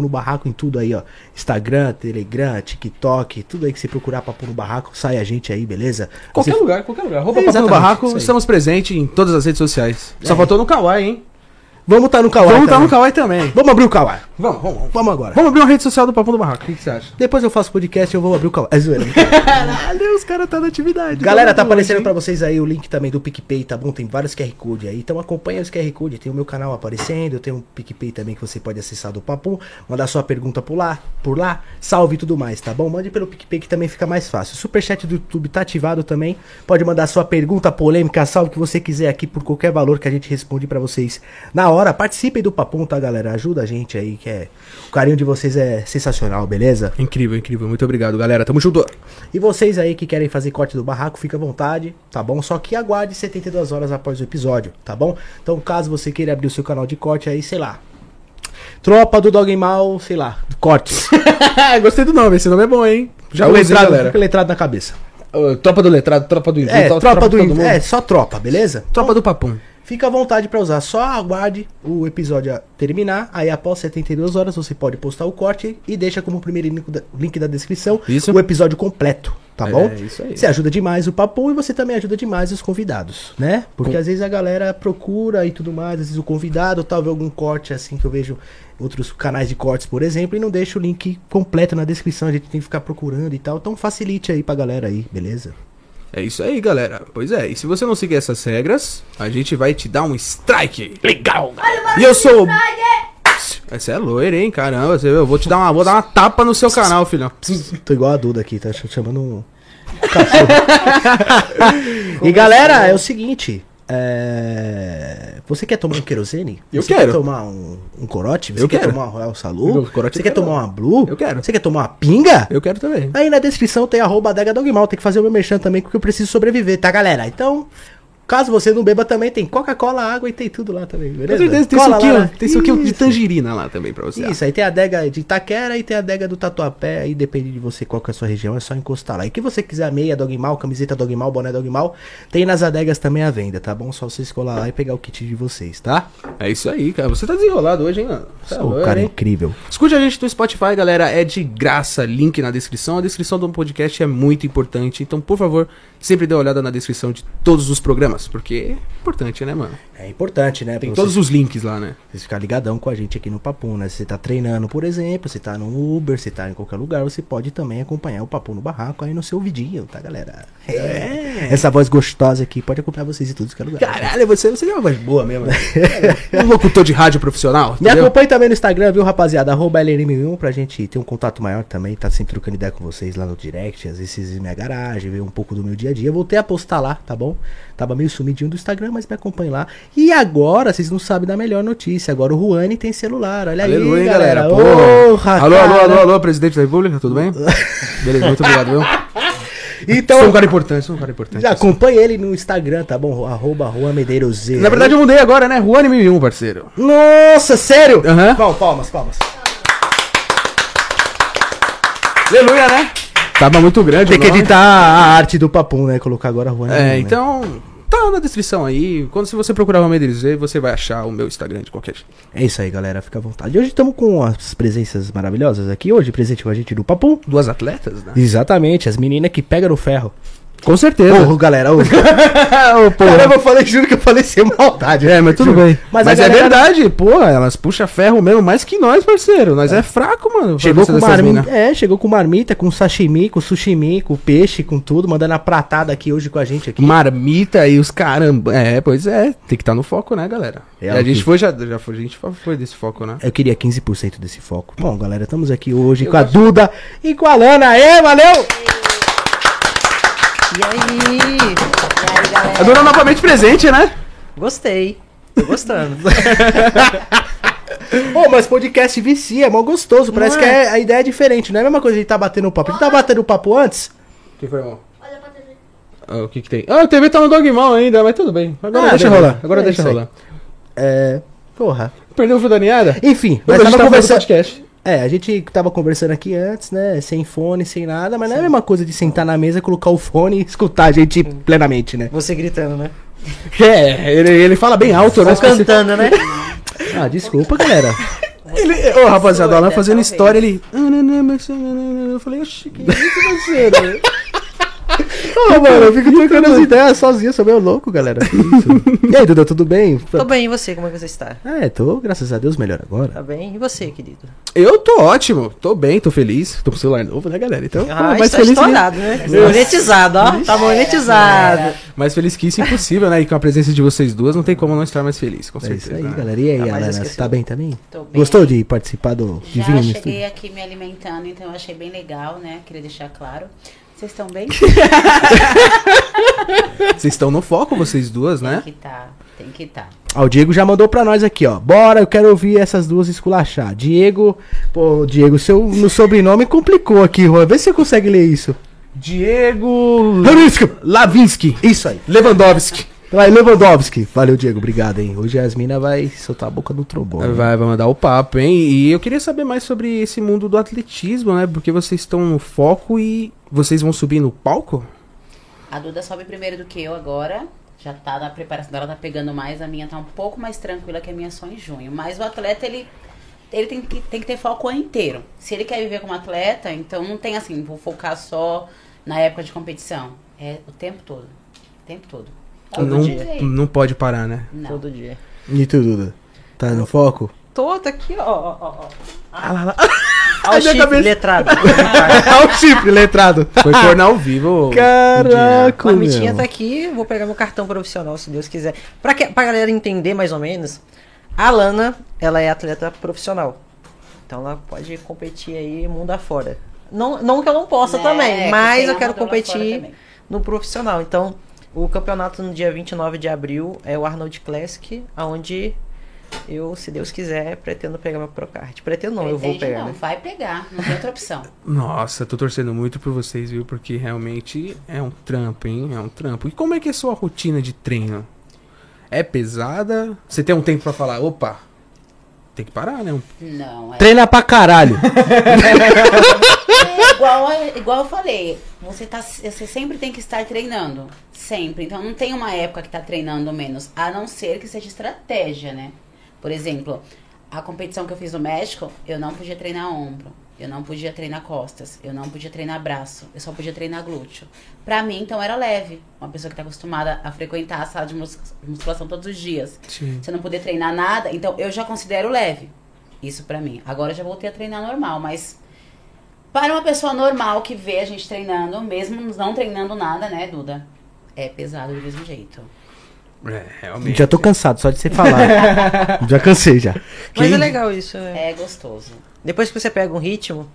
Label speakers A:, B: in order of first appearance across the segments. A: no barraco em tudo aí, ó. Instagram, Telegram, TikTok, tudo aí que você procurar Papo no Barraco, sai a gente aí, beleza?
B: Qualquer
A: Você-
B: lugar, qualquer lugar. Roupa
A: É,
B: pra
A: exatamente,
B: no barraco,
A: isso aí.
B: estamos presentes em todas as redes sociais. Só faltou no Kawaii, hein?
A: Vamos tá no Kawaii.
B: Vamos estar
A: também.
B: no É. Kawaii também.
A: Vamos abrir o Kawaii.
B: Vamos, vamos, vamos.
A: Vamos agora.
B: Vamos abrir uma rede social do Papo do Barraco. O que que você acha?
A: Depois eu faço podcast e eu vou abrir o Kawaii. É zoeira.
B: Caralho, os caras tá na atividade.
A: Galera, tá aparecendo pra vocês aí o link também do PicPay, tá bom? Tem vários QR Code aí. Então acompanha os QR Code. Tem o meu canal aparecendo, eu tenho um PicPay também que você pode acessar do Papo, mandar sua pergunta por lá, por lá, salve e tudo mais, tá bom? Mande pelo PicPay que também fica mais fácil. O superchat do YouTube tá ativado também. Pode mandar sua pergunta, polêmica, salve o que você quiser aqui por qualquer valor que a gente responde pra vocês na hora. Participem do Papo, tá, galera? Ajuda a gente aí, que é. O carinho de vocês é sensacional, beleza?
B: Incrível, incrível. Muito obrigado, galera. Tamo junto.
A: E vocês aí que querem fazer corte do barraco, fica à vontade, tá bom? Só que aguarde 72 horas após o episódio, tá bom? Então, caso você queira abrir o seu canal de corte aí, sei lá. Tropa do Dog Mal, sei lá, cortes.
B: Gostei do nome. Esse nome é bom, hein? Já
A: Fica
B: usei,
A: letrado,
B: galera.
A: fica letrado na cabeça.
B: Ô, Tropa do letrado, tropa do
A: É,
B: tal,
A: tropa, do.
B: todo mundo.
A: É, só tropa, beleza?
B: Tropa do papum.
A: Fica à vontade pra usar, só aguarde o episódio a terminar. Aí após 72 horas você pode postar o corte e deixa como primeiro link da, link da descrição
B: Isso.
A: o episódio completo, tá
B: É,
A: bom?
B: isso aí.
A: Você ajuda demais o papo e você também ajuda demais os convidados, né? Porque
B: Com-
A: às vezes a galera procura e tudo mais, às vezes o convidado, talvez algum corte assim que eu vejo outros canais de cortes, por exemplo, e não deixa o link completo na descrição, a gente tem que ficar procurando e tal. Então facilite aí pra galera aí, beleza?
B: É isso aí, galera. Pois é, e se você não seguir essas regras, a gente vai te dar um strike. Legal! E eu sou. Essa é loira, hein? Caramba, você- eu vou te dar uma, vou dar uma tapa no seu canal, filhão.
A: Tô igual a Duda aqui, tá ch- chamando um cachorro. e
B: assim,
A: galera,
B: né?
A: é o seguinte. é, Você quer tomar um querosene?
B: Eu
A: você
B: quero.
A: quer tomar um, um corote? Você
B: Eu
A: quer
B: quero.
A: tomar um Royal
B: Não,
A: Salu?
B: corote
A: Você
B: eu
A: quer
B: quero
A: tomar uma Blue?
B: Eu quero.
A: Você quer tomar uma pinga?
B: Eu quero também.
A: Aí na descrição tem arroba adega dogmal, tem que fazer o meu merchan também, porque eu preciso sobreviver, tá, galera? Então, caso você não beba também, tem Coca-Cola, água e tem tudo lá também, beleza?
B: Com certeza, tem
A: Cola lá,
B: suquinho,
A: né?
B: tem suquinho de
A: Isso.
B: tangerina lá também pra você.
A: Isso, aí tem a adega de Itaquera e tem a adega do Tatuapé, aí depende de você qual que é a sua região, é só encostar lá. E que você quiser meia dogmal, camiseta dogmal, boné dogmal, tem nas adegas também à venda, tá bom? Só vocês colar lá e pegar o kit de vocês, tá?
B: É isso aí, cara. Você tá desenrolado hoje, hein, mano? Tá
A: Sou um
B: loiro,
A: cara
B: hein?
A: incrível.
B: Escute a gente no Spotify, galera. É de graça. Link na descrição. A descrição do podcast é muito importante. Então, por favor, sempre dê uma olhada na descrição de todos os programas. Porque é importante, né, mano?
A: É importante, né?
B: Tem
A: pra
B: todos
A: vocês,
B: os links lá, né?
A: vocês ficarem ligadão com a gente aqui no Papo, né? Se você tá treinando, por exemplo, se tá no Uber, se tá em qualquer lugar, você pode também acompanhar o Papo no Barraco aí no seu vidinho, tá, galera? É. Essa voz gostosa aqui pode acompanhar vocês em todos que é lugar.
B: Caralho, você, você é uma voz boa mesmo. né? um locutor de rádio profissional.
A: Me
B: entendeu?
A: acompanhe também no Instagram, viu, rapaziada? Arroba LNM1 pra gente ter um contato maior também. Tá sempre trocando ideia com vocês lá no direct. Às vezes vocês veem minha garagem, ver um pouco do meu dia a dia. Eu voltei a postar lá, tá bom? Tava meio sumidinho do Instagram, mas me acompanhe lá. E agora, vocês não sabem da melhor notícia. Agora o Ruani tem celular. Olha
B: Aleluia,
A: aí,
B: hein,
A: galera.
B: galera.
A: galera.
B: Pô.
A: Porra,
B: alô, alô,
A: cara.
B: alô, alô, presidente da República, tudo bem? Beleza, muito obrigado, viu? Sou um
A: Então,
B: cara importante, sou um cara importante.
A: já acompanhe ele no Instagram, tá bom? Arroba Juan Medeiros Z.
B: Na verdade, eu mudei agora, né? Juan M1, parceiro.
A: Nossa, sério?
B: Aham.
A: Bom, palmas, palmas.
B: Aleluia, né? Tava muito grande,
A: Tem que
B: o nome.
A: editar a arte do papum, né? Colocar agora Juan. M1,
B: É,
A: né?
B: então. Tá na descrição aí. Quando se você procurar o Medeiros Z, você vai achar o meu Instagram de qualquer jeito.
A: É isso aí, galera. Fica à vontade. Hoje estamos com as presenças maravilhosas aqui. Hoje, presente com a gente do Papo.
B: Duas atletas, né?
A: Exatamente, as meninas que pegam no ferro.
B: Com certeza.
A: Ô, galera, ô. Caramba, eu falei, juro que eu falei sem maldade.
B: É, mas tudo
A: Juro.
B: bem.
A: Mas
B: Mas,
A: a
B: é
A: galera-
B: verdade, pô, elas puxam ferro mesmo mais que nós, parceiro. Nós é, fraco, mano.
A: Chegou
B: pra
A: com,
B: dessas mina.
A: marmita, é, chegou com marmita, com sashimi, com sushimi, com peixe, com tudo, mandando a pratada aqui hoje com a gente aqui.
B: Marmita e os caramba. É, pois é. Tem que estar no foco, né, galera?
A: É,
B: E a
A: aqui.
B: gente foi, já, já foi, a gente foi desse foco, né?
A: Eu queria 15% desse foco. Bom, galera, estamos aqui hoje
B: Eu
A: com a
B: gosto.
A: Duda e com a Lana. Aê, valeu!
C: E aí?
B: A dona novamente presente, né?
C: Gostei. Tô gostando.
A: Pô, mas podcast vicia, é mó gostoso. Parece
C: Não
A: que
C: é?
A: é, a ideia é diferente, não é a mesma coisa de tá batendo papo. A gente tá batendo papo antes?
B: O que foi, irmão? Ah, o que que tem? Ah, o TV tá no Dogmal ainda, mas tudo bem. Agora
A: Ah,
B: deixa
A: beleza.
B: rolar. Agora
A: É
B: deixa
A: isso aí.
B: rolar.
A: É. Porra.
B: Perdeu o fio da ninhada?
A: Enfim,
B: Mas tá
A: nós
B: tava
A: tava conversando.
B: podcast.
A: É, a gente tava conversando aqui antes, né? Sem fone, sem nada, mas não é a mesma coisa de sentar na mesa, colocar o fone e escutar a gente plenamente, né?
C: Você gritando, né?
B: É, ele, ele fala bem alto, né?
C: Ou cantando, né?
A: Ah, desculpa, galera.
B: Ele, ô, rapaziada, o Alan
D: Doida,
B: fazendo
D: talvez.
B: história, ele. "Ah, não, não, mas, ah, não, não, não." Eu falei, oxi, que isso, parceiro?
A: Ô, mano, eu fico trocando as ideias sozinho, sou meio louco, galera. Que isso? e aí, Duda, tudo bem?
C: Tô bem, e você? Como é que você está?
A: É, tô, graças a Deus, melhor agora.
C: Tá bem? E você, querido?
B: Eu tô ótimo, tô bem, tô feliz. Tô com o celular novo, né, galera? Então,
C: Ah,
B: pô, mais,
C: está
B: feliz
C: estourado, né? Monetizado, ó. Tá monetizado.
B: que, mais feliz que isso, impossível, né? E com a presença de vocês duas, não tem como não estar mais feliz, com
A: É isso
B: certeza.
A: aí,
B: né?
A: galera. E aí,
C: Ah, mas eu
A: Alana,
C: esqueci.
A: tá bem também?
D: Tô bem.
A: Gostou de participar do de
D: Já
A: vir no
D: cheguei
A: estúdio?
D: aqui me alimentando, então eu achei bem legal, né? Queria deixar claro. Vocês estão bem?
B: Vocês estão no foco, vocês duas,
D: Tem
B: né?
D: que tá, tem que tá.
A: Ó, Ah, o Diego já mandou pra nós aqui, ó. Bora, eu quero ouvir essas duas esculachar. Diego, pô, Diego, seu no sobrenome complicou aqui, Juan. Vê se você consegue ler isso.
B: Diego
A: Lavinsky.
B: Lavinsky.
A: Isso aí.
B: Lewandowski.
A: Vai, Lewandowski. Valeu, Diego. Obrigado, hein. Hoje a Yasmina vai soltar a boca do trombone.
B: Vai, vai mandar o papo, hein? E eu queria saber mais sobre esse mundo do atletismo, né? Porque vocês estão no foco e vocês vão subir no palco?
D: A Duda sobe primeiro do que eu agora. Já tá na preparação dela, tá pegando mais. A minha tá um pouco mais tranquila que a minha só em junho. Mas o atleta, ele, ele tem, que, tem que ter foco o ano inteiro. Se ele quer viver como atleta, então não tem assim, vou focar só na época de competição. É o tempo todo. O tempo todo. Todo
B: não,
D: dia.
B: não pode parar, né?
D: Não.
C: Todo dia.
A: E tu, Duda? Tá no foco?
C: Todo aqui, ó, ó, ó, ó.
A: Ah, lá, lá. minha
C: Olha o chifre
A: cabeça.
C: letrado.
A: Olha o chifre letrado.
B: Foi corno ao vivo.
A: Caraca,
C: Marmitinha tá
A: meu.
C: aqui, vou pegar meu cartão profissional, se Deus quiser. Pra, que, pra galera entender mais ou menos, a Lana, ela é atleta profissional. Então ela pode competir aí mundo afora. Não, não que eu não possa
D: Né,
C: também,
D: que
C: mas
D: tem
C: eu quero
D: amador lá fora
C: competir
D: também.
C: no profissional. Então, o campeonato no dia 29 de abril é o Arnold Classic, onde eu, se Deus quiser, pretendo pegar meu Procard. Pretendo não, eu vou
D: Pretende
C: pegar,
D: Não,
C: né?
D: vai pegar. Não tem outra opção.
B: Nossa, tô torcendo muito por vocês, viu? Porque realmente é um trampo, hein? É um trampo. E como é que é a sua rotina de treino? É pesada? Você tem um tempo pra falar, opa, tem que parar, né?
D: Não, é.
A: Treina pra caralho.
D: É igual, igual eu falei, você, tá, você sempre tem que estar treinando. Sempre. Então não tem uma época que tá treinando menos. A não ser que seja estratégia, né? Por exemplo, a competição que eu fiz no México, eu não podia treinar ombro. Eu não podia treinar costas, eu não podia treinar braço, eu só podia treinar glúteo. Pra mim, então, era leve. Uma pessoa que tá acostumada a frequentar a sala de mus- musculação todos os dias.
B: Sim.
D: Você não poder treinar nada, então eu já considero leve. Isso pra mim. Agora eu já voltei a treinar normal, mas para uma pessoa normal que vê a gente treinando, mesmo não treinando nada, né, Duda? É pesado do mesmo jeito.
B: É, realmente.
A: Já tô cansado só de você falar. já cansei já.
C: Mas
A: Quem-
C: é legal isso, né?
D: É gostoso.
C: Depois que você pega um ritmo,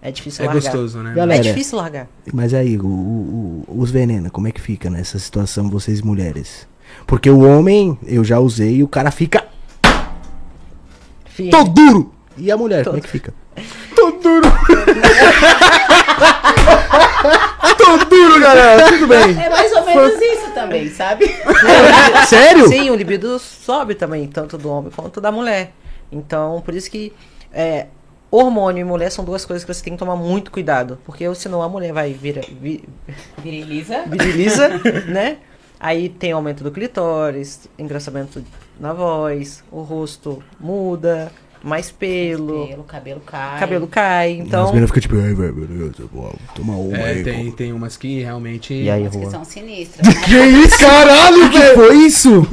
C: é difícil
B: É
C: largar.
B: gostoso, né?
A: Galera,
C: É difícil largar.
A: Mas aí, o- o- o- os venenos, como é que fica nessa situação, vocês mulheres? Porque o homem, eu já usei, e o cara fica
C: Firme.
A: todo duro. E a mulher, como é
C: Todo.
A: que fica?
B: Tô duro!
A: Tô duro, galera, tudo bem.
D: É mais ou menos isso também, sabe?
A: Sério?
C: Sim, o libido sobe também, tanto do homem quanto da mulher. Então, por isso que é, hormônio e mulher são duas coisas que você tem que tomar muito cuidado. Porque senão a mulher vai vira, vi-
D: Viriliza.
C: viriliza, né? Aí tem aumento do clitóris, engrossamento na voz, o rosto muda, mais pelo,
D: Pelo cabelo cai.
C: cabelo cai. Então,
A: As meninas ficam tipo, ai, velho, beleza, boa, toma uma
B: É,
A: aí.
B: tem,
A: pô."
B: tem umas que realmente.
A: E aí,
D: Que
A: Juan?
D: são sinistras. né? Mas
A: Que isso, caralho, que foi isso?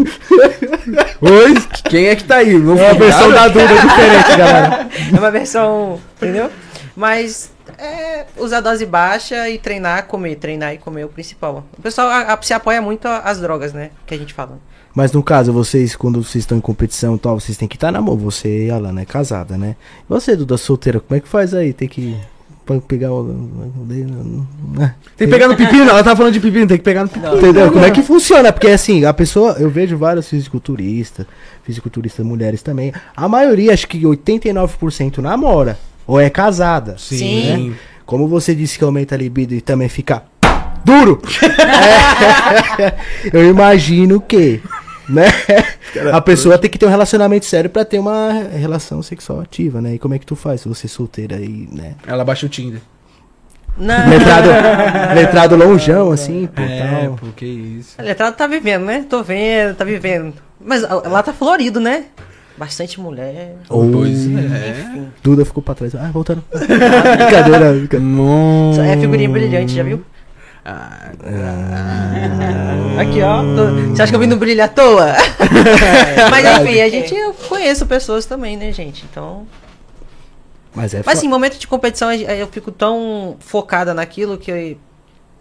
B: Oi? Quem é que tá aí? Vamos
A: É a versão da Duda diferente, galera.
C: É uma versão, entendeu? Mas é usar dose baixa e treinar, comer. Treinar e comer é o principal. O pessoal a- a- se apoia muito a- às drogas, né? Que a gente fala.
A: Mas no caso, vocês, quando vocês estão em competição e tal, vocês têm que estar na mão. Você e a Lana é casada, né? E você, Duda, solteira, como é que faz aí? Tem que pra pegar o. né?
B: Tem que pegar no pepino, ela tá falando de pepino, tem que pegar no pepino.
A: Entendeu? Como é que funciona? Porque assim, a pessoa, eu vejo vários fisiculturistas, fisiculturistas mulheres também. A maioria, acho que 89% namora ou é casada.
B: Sim.
A: né? Como você disse que aumenta a libido e também fica duro. É. eu imagino que, né? A pessoa tem que ter um relacionamento sério pra ter uma relação sexual ativa, né? E como é que tu faz se você é solteira aí, né?
B: Ela baixa o Tinder.
C: Não.
A: Letrado, letrado longeão assim, pô,
B: é,
A: tal.
B: pô, que isso.
C: Letrado tá vivendo, né? Tô vendo, tá vivendo. Mas a- lá tá florido, né? Bastante mulher.
A: Ou
B: Pois é.
A: Duda ficou pra trás. Ah, voltando. brincadeira, brincadeira.
B: Nossa.
C: É figurinha brilhante, já viu?
B: Ah,
C: Aqui, ó. tô- Você acha que eu vim no brilho à toa? Mas enfim, a gente eu conheço pessoas também, né, gente? Então.
A: Mas é
C: Mas
A: fo-
C: assim, momento de competição, eh, eu fico tão focada naquilo que eu,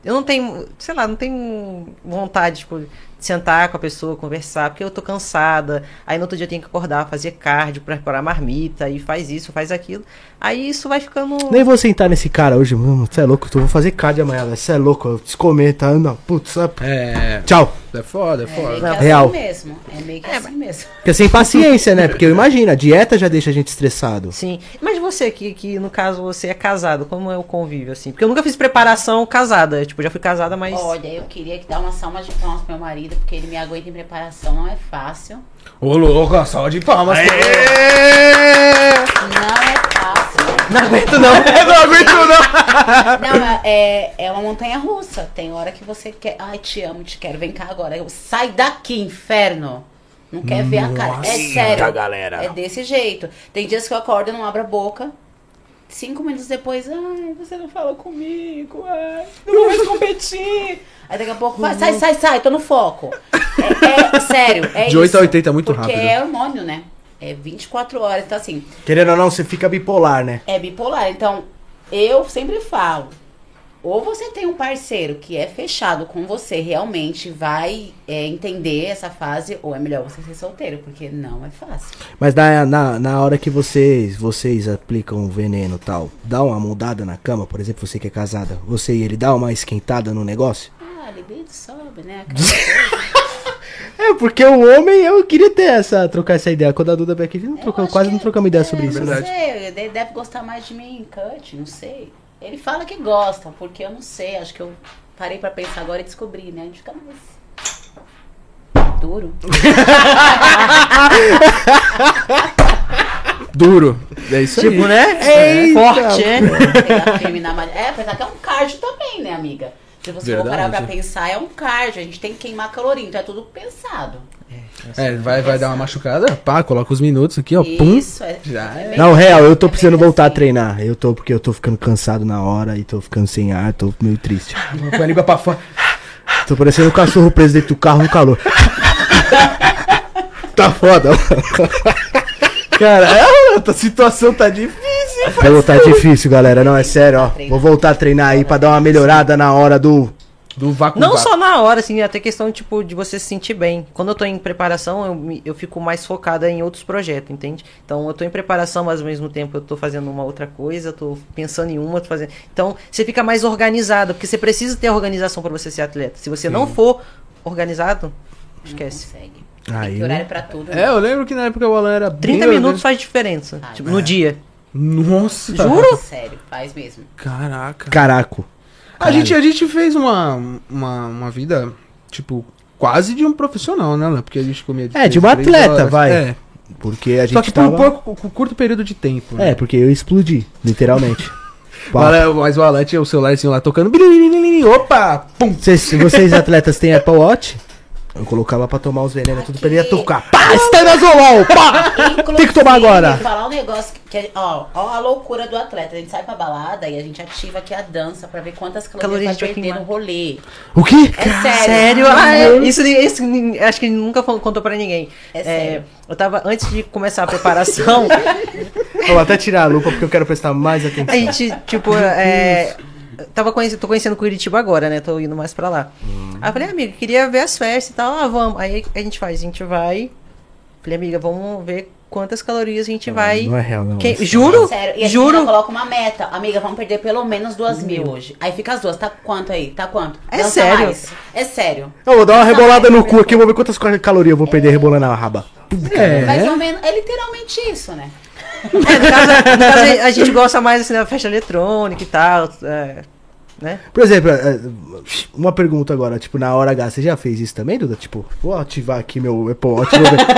C: eu não tenho, sei lá, não tenho vontade tipo, de sentar com a pessoa, conversar, porque eu tô cansada. Aí no outro dia eu tenho que acordar, fazer cardio, preparar marmita, e faz isso, faz aquilo. Aí isso vai ficando.
A: Nem vou sentar nesse cara hoje, mano. Você é louco, eu vou fazer cardio amanhã, velho. Você é louco, eu te comer, tá? Não, putz, ah, p-
B: é.
A: tchau.
B: É foda, é
D: É meio
B: foda.
D: que assim
A: Real.
D: mesmo. É meio que assim mesmo.
A: Porque sem paciência, né? Porque eu imagino, a dieta já deixa a gente estressado.
C: Sim. assim. Mas você que, que no caso você é casado, como é o convívio assim? Porque eu nunca fiz preparação casada, tipo, já fui casada, mas
D: Olha, eu queria que dar uma salva de palmas pro meu marido, porque ele me aguenta em preparação, não é fácil.
B: Ô, louco, ó, salva de palmas.
D: Não é fácil.
C: não aguento não.
B: Eu não aguento, não.
D: Não, é- é, é uma montanha russa. Tem hora que você quer. Ai, te amo, te quero, vem cá agora. Eu, Sai daqui, inferno! Não quer ver a cara. É sério.
B: galera.
D: É desse jeito. Tem dias que eu acordo e não abro a boca. Cinco minutos depois, ai, você não falou comigo, ai, não vou mais competir. Aí daqui a pouco, vai, sai, sai, sai, tô no foco. É, é sério, é
B: De 8
D: isso.
B: a 80 é muito
D: Porque
B: rápido.
D: é hormônio, né? É 24 horas, então assim,
A: Querendo ou não, você fica bipolar, né?
D: é bipolar. Então, eu sempre falo, ou você tem um parceiro que é fechado com você, realmente vai é, entender essa fase, ou é melhor você ser solteiro, porque não é fácil.
A: Mas na, na, na hora que vocês vocês aplicam o veneno e tal, dá uma mudada na cama, por exemplo, você que é casada, você e ele dá uma esquentada no negócio?
D: Ah, libido sobe, né?
A: É, porque o homem, eu queria ter essa, trocar essa ideia. Quando a Duda veio aqui,
D: É
A: não trocou, quase não trocamos ideia sobre isso,
D: não
A: né?
D: sei, ele deve gostar mais de mim em cut, não sei. Ele fala que gosta, porque eu não sei, acho que eu parei pra pensar agora e descobri, né? A gente fica mais duro.
B: Duro. É isso
C: tipo,
B: aí.
C: né?
A: Eita.
C: Forte, é.
D: Pegar firme na malha- É, apesar que é um cardio também, né, amiga? Se você for parar pra
B: Verdade.
D: pensar, é um cardio, a gente tem que queimar caloria, então é tudo pensado.
B: É, vai, vai dar uma machucada. Pá, coloca os minutos aqui, ó. Pum.
D: Isso, é.
B: Já é.
D: bem-
A: Não, real, eu
D: é
A: tô
D: bem
A: precisando voltar a
D: assim.
A: treinar. Eu tô, porque eu tô ficando cansado na hora e tô ficando sem ar, tô meio triste.
B: Com a língua pra fora.
A: Tô parecendo um cachorro preso dentro do carro no calor. tá foda, é mano.
B: Cara, a situação tá difícil.
A: Vai voltar difícil, galera. Não, é sério, ó.
D: Treinar.
A: Vou voltar a treinar aí pra dar uma melhorada na hora do.
B: Do vácuo.
C: Não
B: vácuo.
C: só na hora, assim, até questão, tipo, de você se sentir bem. Quando eu tô em preparação, eu, me- eu fico mais focada em outros projetos, entende? Então, eu tô em preparação, mas ao mesmo tempo eu tô fazendo uma outra coisa, eu tô pensando em uma, tô fazendo... Então, você fica mais organizado, porque você precisa ter organização pra você ser atleta. Se você não for organizado, esquece.
D: Consegue. tem
A: Aí.
D: que horário pra tudo. né?
B: É, eu lembro que na época o Alan era. bem
C: 30
B: orgânico.
C: minutos faz diferença,
D: Ah,
C: tipo, no dia.
B: Nossa.
D: Juro? Sério, faz mesmo.
B: Caraca.
A: Caraco.
B: A gente, a gente fez uma, uma, uma vida, tipo, quase de um profissional, né, Alan? Porque a gente comia
A: É, de
B: três
A: um
B: em três
A: atleta,
B: horas.
A: vai.
B: É.
A: Porque a gente.
B: Só que por
A: tava...
B: um pouco, com curto período de tempo. né?
A: É, porque eu explodi, literalmente.
B: O Alan- mas o Alan tinha o celularzinho lá tocando. biriririririri, Opa! Pum!
A: Vocês, vocês atletas têm Apple Watch? Eu colocava pra tomar os venenos, tudo pra ele ia
D: Aqui.
A: tocar. Pá, estanazolol, pá! Tem que tomar agora.
D: Inclusive, falar um negócio que, que- ó, ó a loucura do atleta. A gente sai pra balada e a gente ativa aqui a dança pra ver quantas
C: Caloria
D: calorias
C: a gente vai
D: vai perder
C: queimar.
D: no rolê.
A: O quê?
D: É sério.
C: Sério? Ah, é. isso, isso acho que ele nunca falou- contou pra ninguém.
D: É sério.
C: eu tava, antes de começar a preparação,
A: Eu vou até tirar a lupa porque eu quero prestar mais atenção.
C: A gente, tipo, é. Tava conhecendo, tô conhecendo Curitiba agora, né? Tô indo mais pra lá.
A: Hum.
C: Aí eu falei, amiga, queria ver as festas e tal. Ah, vamos. Aí a gente faz, a gente vai. Falei, amiga, vamos ver quantas calorias a gente vai.
A: Não é real, não.
C: que- Juro?
D: Sério. E a gente tá
C: juro?
D: ainda coloca uma meta. Amiga, vamos perder pelo menos duas mil hoje. Aí fica as duas. Tá quanto aí? Tá quanto?
C: É sério?
D: mais. É sério.
A: Eu vou dar uma rebolada no cu aqui, eu vou ver quantas calorias eu vou perder rebolando a raba.
D: Mais ou menos. É literalmente isso, né?
C: É, no caso, no caso, a gente gosta mais assim da festa eletrônica e tal. é, né?
A: Por exemplo, é, uma pergunta agora, tipo, na hora H, você já fez isso também, Duda? Tipo, vou ativar aqui meu Apple Watch, vou, ver.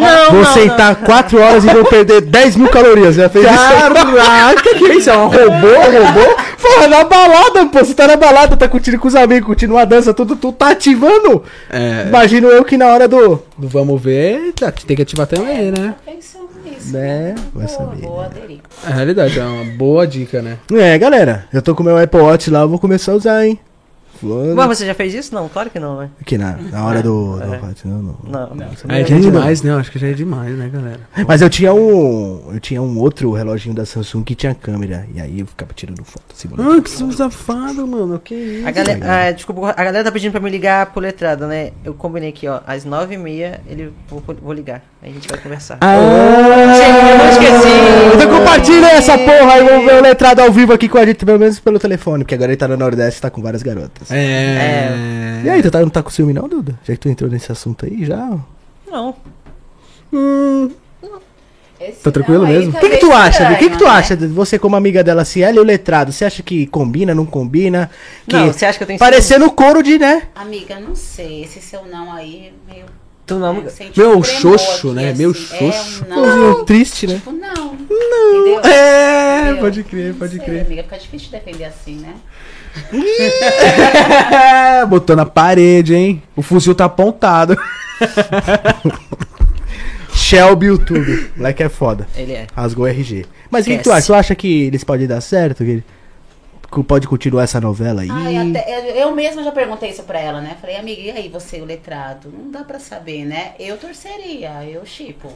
C: Não,
A: Vou
C: não,
A: sentar 4 horas e vou perder 10 mil calorias. Já fez isso? Caraca, que isso? É um robô, um robô? Porra, na balada, pô. Você tá na balada, tá curtindo com os amigos, curtindo uma dança, tudo, tu tá ativando.
B: É.
A: Imagino eu que na hora do.
B: Vamos ver, tá, tem que ativar também, né?
D: Pensando nisso.
A: Né? Vai
D: Boa,
A: saber,
D: Vou aderir.
B: É realidade, é uma boa dica, né?
A: É, galera, eu tô com meu Apple Watch lá, eu vou começar a usar, hein? Fulano.
C: Mas você já fez isso? Não, claro que não, né?
A: Que na, na hora do.
C: É.
A: do- não, não.
C: Não.
B: É, já é demais, né? Eu acho que já é demais, né, galera?
A: Mas eu tinha um. Eu tinha um outro reloginho da Samsung que tinha câmera. E aí eu ficava tirando foto. simulando.
C: Hum?
B: Ah, que safado, mano. Que isso?
C: A galera, ah, desculpa, a galera tá pedindo pra me ligar por letrada, né? Eu combinei aqui, ó. Às 9h30 ele vou, vou ligar. Aí a gente vai conversar. Gente, eu não esqueci.
A: Ah! Então compartilha essa porra aí, vamos ver o letrado ao vivo aqui com a gente, pelo menos pelo telefone, porque agora ele tá no Nordeste e tá com várias garotas.
C: É.
B: É.
A: E aí, tu tá, não tá com ciúme não, Duda? Já que tu entrou nesse assunto aí já?
C: Não.
B: Hum,
D: Esse
B: Tá tranquilo
D: não aí
B: mesmo?
A: O
D: tá
A: que, que tu
D: meio
A: acha, Duda? O que,
D: estranho,
A: que tu
D: né?
A: acha? Duda? Você, como amiga dela, se ela e o letrado, você acha que combina, não combina? Que
C: Não, você acha que eu tenho
A: Parecendo o couro de, né?
D: Amiga, não sei. Esse seu não aí, meio.
C: ciúme? Tu não.
D: eu senti
B: Meu
D: um tremor
B: xoxo,
D: aqui,
B: né?
D: assim.
B: Meu
D: É,
B: xoxo.
D: um não.
A: Triste, né?
D: Tipo, não. Não.
B: É, pode crer, pode crer.
D: Amiga, fica difícil de defender assim, né?
B: botou na parede, hein? O fuzil tá apontado.
A: Shelby YouTube. Moleque é foda.
C: Ele é.
A: Rasgou RG. Mas o que, que tu
C: Esquece.
A: acha? Tu acha que eles podem dar certo? Que que pode continuar essa novela aí?
D: Ai, até- eu, eu mesma já perguntei isso pra ela, né? Falei, amiga, e aí você, o letrado? Não dá pra saber, né? Eu torceria, eu chipo.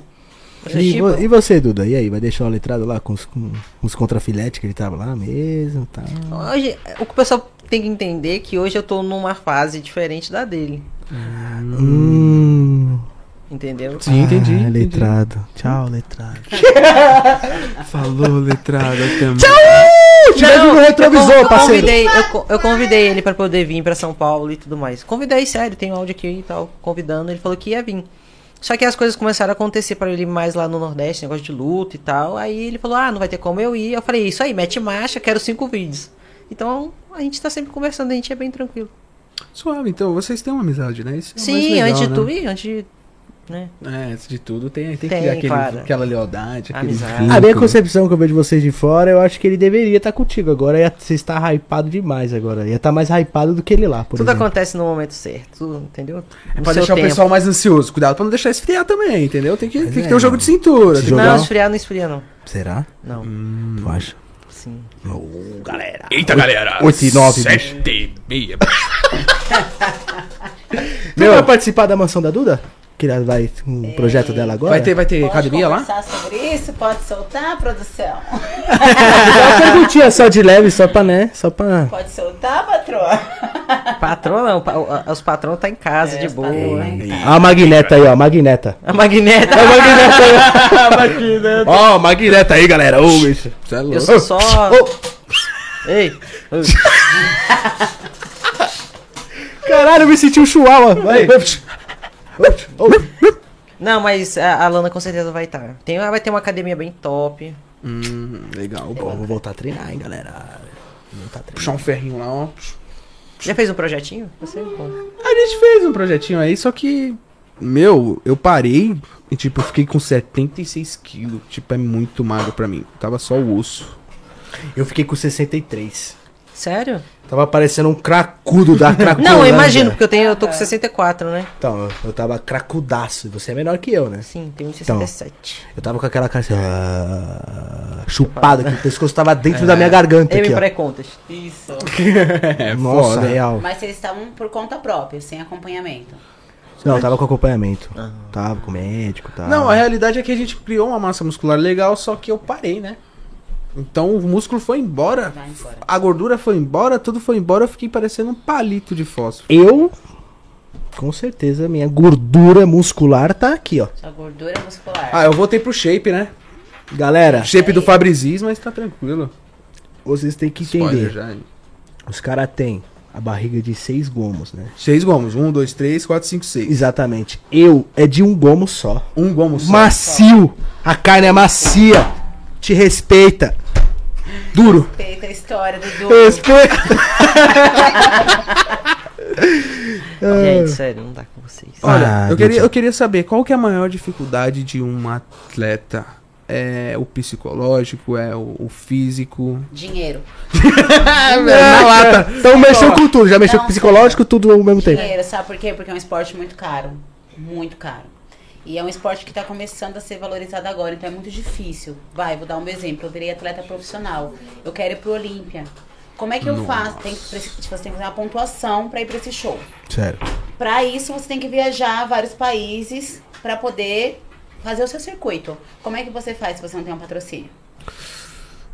A: E, vo- e você, Duda? E aí, vai deixar o letrado lá com os, com os contrafiletes que ele tava lá mesmo? Tá?
C: Hoje, o que o pessoal tem que entender é que hoje eu tô numa fase diferente da dele.
A: Hum.
C: Entendeu?
B: Sim, entendi.
A: Ah,
B: entendi.
A: letrado. Tchau, letrado.
B: Falou, letrada também.
A: Te vejo no retrovisor,
C: eu, con- eu
A: parceiro.
C: convidei, eu, co- eu convidei ele pra poder vir pra São Paulo e tudo mais. Convidei, sério, tem um áudio aqui e tal, convidando. Ele falou que ia vir. Só que as coisas começaram a acontecer pra ele mais lá no Nordeste, negócio de luto e tal. Aí ele falou, ah, não vai ter como eu ir. Eu falei, isso aí, mete marcha, quero cinco vídeos. Então, a gente tá sempre conversando, a gente é bem tranquilo.
B: Suave, então, vocês têm uma amizade, né? Isso é o mais
C: Sim,
B: legal,
C: antes de
B: né?
C: tudo, e antes de... Né?
B: É, antes de tudo tem, tem,
C: Tem,
B: que aquele,
C: claro.
B: aquela lealdade, aquele
C: Amizade.
B: vínculo.
A: A minha concepção que eu vejo vocês de fora, eu acho que ele deveria estar contigo. Agora ia- você está hypado demais agora. Ia estar mais hypado do que ele lá, por
C: Tudo
A: exemplo.
C: acontece no momento certo, tudo, entendeu?
B: É
C: No
B: pra
C: seu
B: deixar
C: tempo.
B: o pessoal mais ansioso. Cuidado pra não deixar esfriar também, entendeu? Tem que, tem que ter um jogo de cintura.
A: Esse
B: tem
A: jogo
B: que-
C: Não,
A: jogar.
C: esfriar não esfria, não.
A: Será?
C: Não,
B: Hum.
A: Tu acha?
C: sim.
A: Ô, galera.
E: Eita, galera.
A: Oito e nove,
E: Sete e meia.
A: Você vai participar da mansão da Duda? Que ela vai com o projeto dela agora?
B: Vai ter, vai ter
D: Pode
B: academia lá?
D: conversar sobre isso? Pode soltar, produção?
A: Uma perguntinha só de leve, só pra, né? Só pra.
D: Pode soltar, patroa?
C: Patrão não, pa- o- a- os patrão tá em casa, de boa.
A: Ah, a Magneta aí, ó. Magneta.
C: A Ah, magneta.
A: Ó, Magneta aí, galera. Ô, bicho.
B: Cê é
C: Eu
B: louco.
C: sou só.
A: Oh.
C: Ei!
A: Caralho, eu me senti um chihuahua. Vai.
C: Não, mas a, a Lana com certeza vai estar. Tem, ela vai ter uma academia bem top.
B: Hum, legal,
A: Pô,
B: bom.
A: vou voltar a treinar, hein, galera. Vou voltar a treinar.
B: Puxar um ferrinho lá, ó.
C: Já fez um projetinho? Você? Bom.
B: A gente fez um projetinho aí, só que. Meu, eu parei e, tipo, eu fiquei com 76 quilos. Tipo, é muito magro pra mim. Tava só o osso.
A: Eu fiquei com 63.
C: Sério?
A: Tava parecendo um cracudo da cracolândia.
C: Não, eu imagino, porque eu tenho, eu
D: É.
C: tô com 64, né?
A: Então, eu- eu tava cracudaço. E você é menor que eu, né?
C: Sim, tenho 67.
A: Eu tava com aquela cara assim, ah, chupada, que o pescoço tava dentro da minha garganta
C: Eu
A: aqui,
C: me
A: ó.
C: pré-contas.
D: Isso.
B: É,
A: Nossa, real.
D: Mas vocês estavam por conta própria, sem acompanhamento.
A: Não, eu tava com acompanhamento. Tava com médico, tava...
B: Não, a realidade é que a gente criou uma massa muscular legal, só que eu parei, né? Então o músculo foi embora,
D: Vai embora.
B: a gordura foi embora, tudo foi embora, eu fiquei parecendo um palito de fósforo.
A: Eu, com certeza, minha gordura muscular tá aqui, ó.
D: Sua gordura muscular.
B: Ah, eu voltei pro shape, né?
A: Galera,
B: Shape
D: É.
B: do Fabriziz, mas tá tranquilo.
A: vocês têm que
B: Spoiler
A: entender.
B: já. hein?
A: Os caras têm a barriga de seis gomos, né?
B: Seis gomos. Um, dois, três, quatro, cinco, seis.
A: Exatamente. Eu é de um gomo só.
B: Um gomo só.
A: Macio. A carne é macia. Te respeita. Duro.
D: Feita a história do Dudu.
A: Respeita.
C: Gente, sério, não dá com vocês.
B: Olha,
A: Ah,
B: eu, queria,
A: Dudu.
B: eu queria saber qual que é a maior dificuldade de um atleta? é o psicológico, é o, o físico.
D: Dinheiro. Ah,
A: Na lata. Então mexeu com tudo, já mexeu
D: Não,
A: com psicológico, tudo ao mesmo tempo.
D: Dinheiro, sabe por quê? Porque é um esporte muito caro. Muito caro. E é um esporte que está começando a ser valorizado agora, então é muito difícil. Vai, vou dar um exemplo. Eu virei atleta profissional. Eu quero ir pro Olímpia. Como é que eu faço? Tem que, tipo, você tem que fazer uma pontuação para ir para esse show.
A: Sério.
D: Para isso, você tem que viajar a vários países para poder fazer o seu circuito. Como é que você faz se você não tem um patrocínio?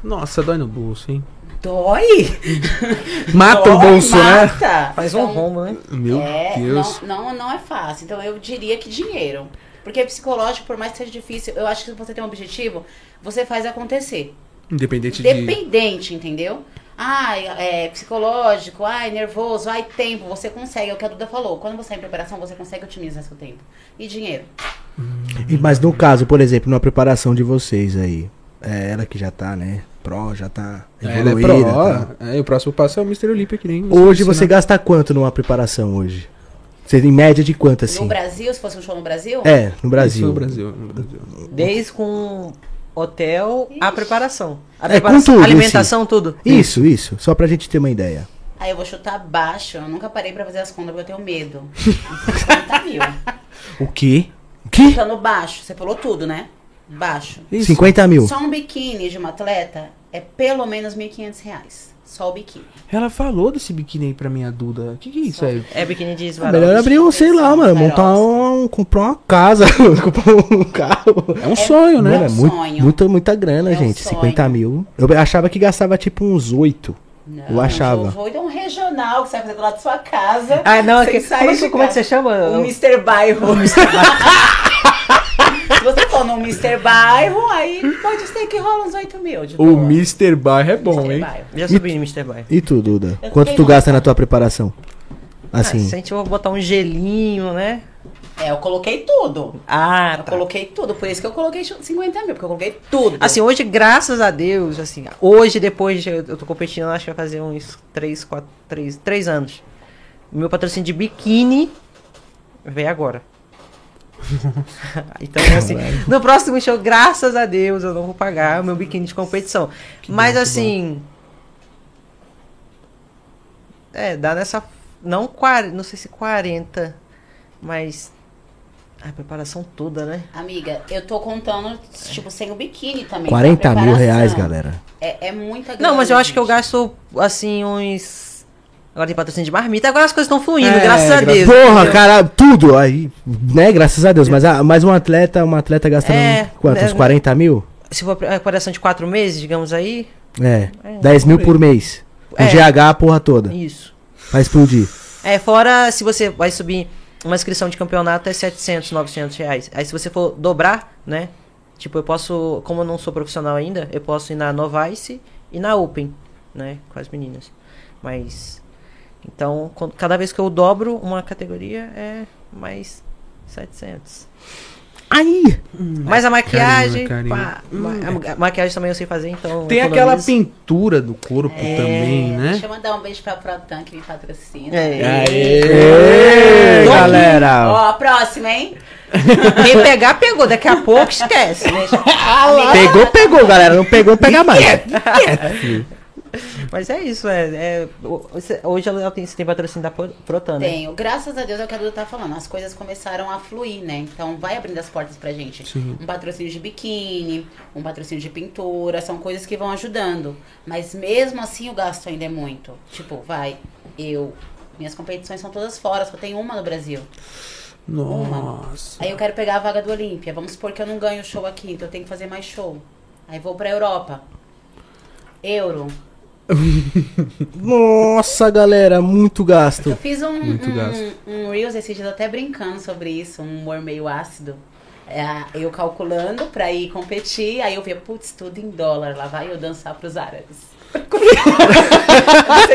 B: Nossa, dói no bolso, hein?
D: Dói!
A: Mata o
D: Dói,
A: bolso, né?
D: mata.
C: Faz um
D: Então,
C: rombo, né?
B: Meu
D: é,
B: Deus.
D: Não, não, não é fácil. Então eu diria que dinheiro. Porque psicológico, por mais que seja difícil, eu acho que se você tem um objetivo, você faz acontecer.
B: Independente de.
D: Independente, entendeu? Ai, é psicológico, ai, nervoso, ai, tempo, você consegue, é o que a Duda falou. Quando você é em preparação, você consegue otimizar seu tempo. E dinheiro.
A: E- Mas no caso, por exemplo, na preparação de vocês aí, é ela que já tá, né? Pro, já tá
B: Ela é
A: evoluída. tá?
B: pro, é, o próximo passo é o Mr. Olímpia, que nem.
A: Hoje você
B: ensinar.
A: gasta quanto numa preparação hoje? Você em média de quanto
D: No
A: assim?
D: Brasil, se fosse um show no Brasil,
A: É, no Brasil.
B: Isso, Brasil. no Brasil.
C: Desde com hotel a
D: Ixi.
C: preparação. A
A: É, com
C: preparação,
A: tudo, assim.
C: alimentação, tudo.
A: Isso, isso. Só pra gente ter uma ideia.
D: aí eu vou chutar baixo. Eu nunca parei pra fazer as contas porque eu tenho medo. 50 mil.
A: O quê? O quê?
D: Chutando baixo, você falou tudo, né? Baixo.
B: Isso.
A: 50 mil.
D: Só um biquíni de uma atleta é pelo menos R$ 1.500 reais. Só o biquíni.
B: Ela falou desse biquíni aí pra mim, a Duda. O que, que é isso aí?
C: É biquíni de
A: É
C: esvarol.
A: melhor abrir um, sei lá, mano.
D: Varosa.
A: Montar um. Comprar uma casa. comprar um carro.
B: É um sonho, né?
A: Mano, é
D: um
A: muito,
D: sonho.
A: muita, muita grana,
D: É um
A: gente.
D: sonho.
A: 50 mil. Eu achava que gastava tipo uns 8.
D: Não,
A: Eu achava.
D: Eu vou ir um regional que você vai fazer do lado da sua casa.
C: Ah, não, é
D: sem
C: que,
D: sair
C: como, é que,
D: de
C: como é que você
D: casa.
C: chama?
D: O Mr. Bairro. Se você for no Mr. Bairro, aí pode ser que rola uns 8 mil. De
B: O
D: boa.
B: Mr. Bar é bom,
D: Mr.
B: hein?
D: Bairro.
C: Já subi no Mr. Buy.
A: E tu, Duda?
D: Eu
A: Quanto
D: tenho
A: tu
D: uma
A: gasta na tua preparação?
D: Ah,
A: Assim.
C: É, se a gente for botar um gelinho, né?
D: É, eu coloquei tudo.
C: Ah,
D: Eu
C: tá.
D: coloquei tudo. Por isso que eu coloquei 50 mil, porque eu coloquei tudo.
C: Assim, hoje, graças a Deus, assim, hoje, depois, de, eu tô competindo, acho que vai fazer uns 3, 4, 3, 3 anos. Meu patrocínio de biquíni veio agora. então, assim, no próximo show, graças a Deus, eu não vou pagar o meu biquíni de competição. Mas,
B: bom, que
C: assim... É, dá nessa... Não, 40, não sei se 40, mas... A preparação toda, né?
D: Amiga, eu tô contando, tipo, sem o biquíni também.
A: 40
D: com a
A: mil reais,
D: preparação.
A: galera.
D: É, é muita grana.
C: Não, mas eu acho que eu
D: gente.
C: gasto, assim, uns. Agora tem patrocínio de marmita. Agora as coisas estão fluindo,
B: É,
C: graças a
B: gra-
C: Deus.
A: Porra, cara, tudo aí, né? Graças a Deus. Mas, a, mas um atleta, um atleta gastando
C: É,
A: quanto? Uns
C: né?
A: 40 mil?
C: Se for a preparação de quatro meses, digamos aí.
A: É. 10 mil por mês. O
C: É.
A: GH, a porra toda.
C: Isso.
A: Vai explodir.
C: É, fora se você vai subir uma inscrição de campeonato é 700, 900 reais. Aí se você for dobrar, né? Tipo, eu posso, como eu não sou profissional ainda, eu posso ir na Novice e na Open, né? Com as meninas. Mas. Então, quando- cada vez que eu dobro uma categoria é mais 700.
A: Aí!
C: Mas a maquiagem.
B: carinho, é
C: pá,
B: carinho.
C: ma-
B: Hum,
C: a ma- a maquiagem também eu sei fazer, então.
B: Tem
C: economizo.
B: aquela pintura do corpo também,
D: É,
B: né?
D: Deixa eu mandar um beijo pra Protan que me patrocina.
C: É.
A: Ê, galera!
D: Ó, a próxima, hein?
C: Quem pegar, pegou. Daqui a pouco esquece. né?
A: Pegou, pegou, galera. Não pegou, pega mais.
C: Mas é isso, é. é- o- você- hoje ela tem, você tem patrocínio da Pro- Protan, né?
D: Tenho. Graças a Deus é o que a Duda tá falando. As coisas começaram a fluir, né? Então vai abrindo as portas pra gente.
B: Sim.
D: Um patrocínio de biquíni, um patrocínio de pintura, são coisas que vão ajudando. Mas mesmo assim o gasto ainda é muito. Tipo, vai, eu. Minhas competições são todas fora, só tem uma no Brasil.
B: Nossa.
D: Aí eu quero pegar a vaga do Olímpia. Vamos supor que eu não ganho show aqui, então eu tenho que fazer mais show. Aí vou pra Europa. Euro.
A: Nossa, galera, muito gasto.
D: Eu fiz um,
B: Muito gasto.
D: um, um Reels esses dias até brincando sobre isso, um humor meio ácido. É, eu calculando pra ir competir, aí eu via, putz, tudo em dólar, lá vai eu dançar pros árabes. Não sei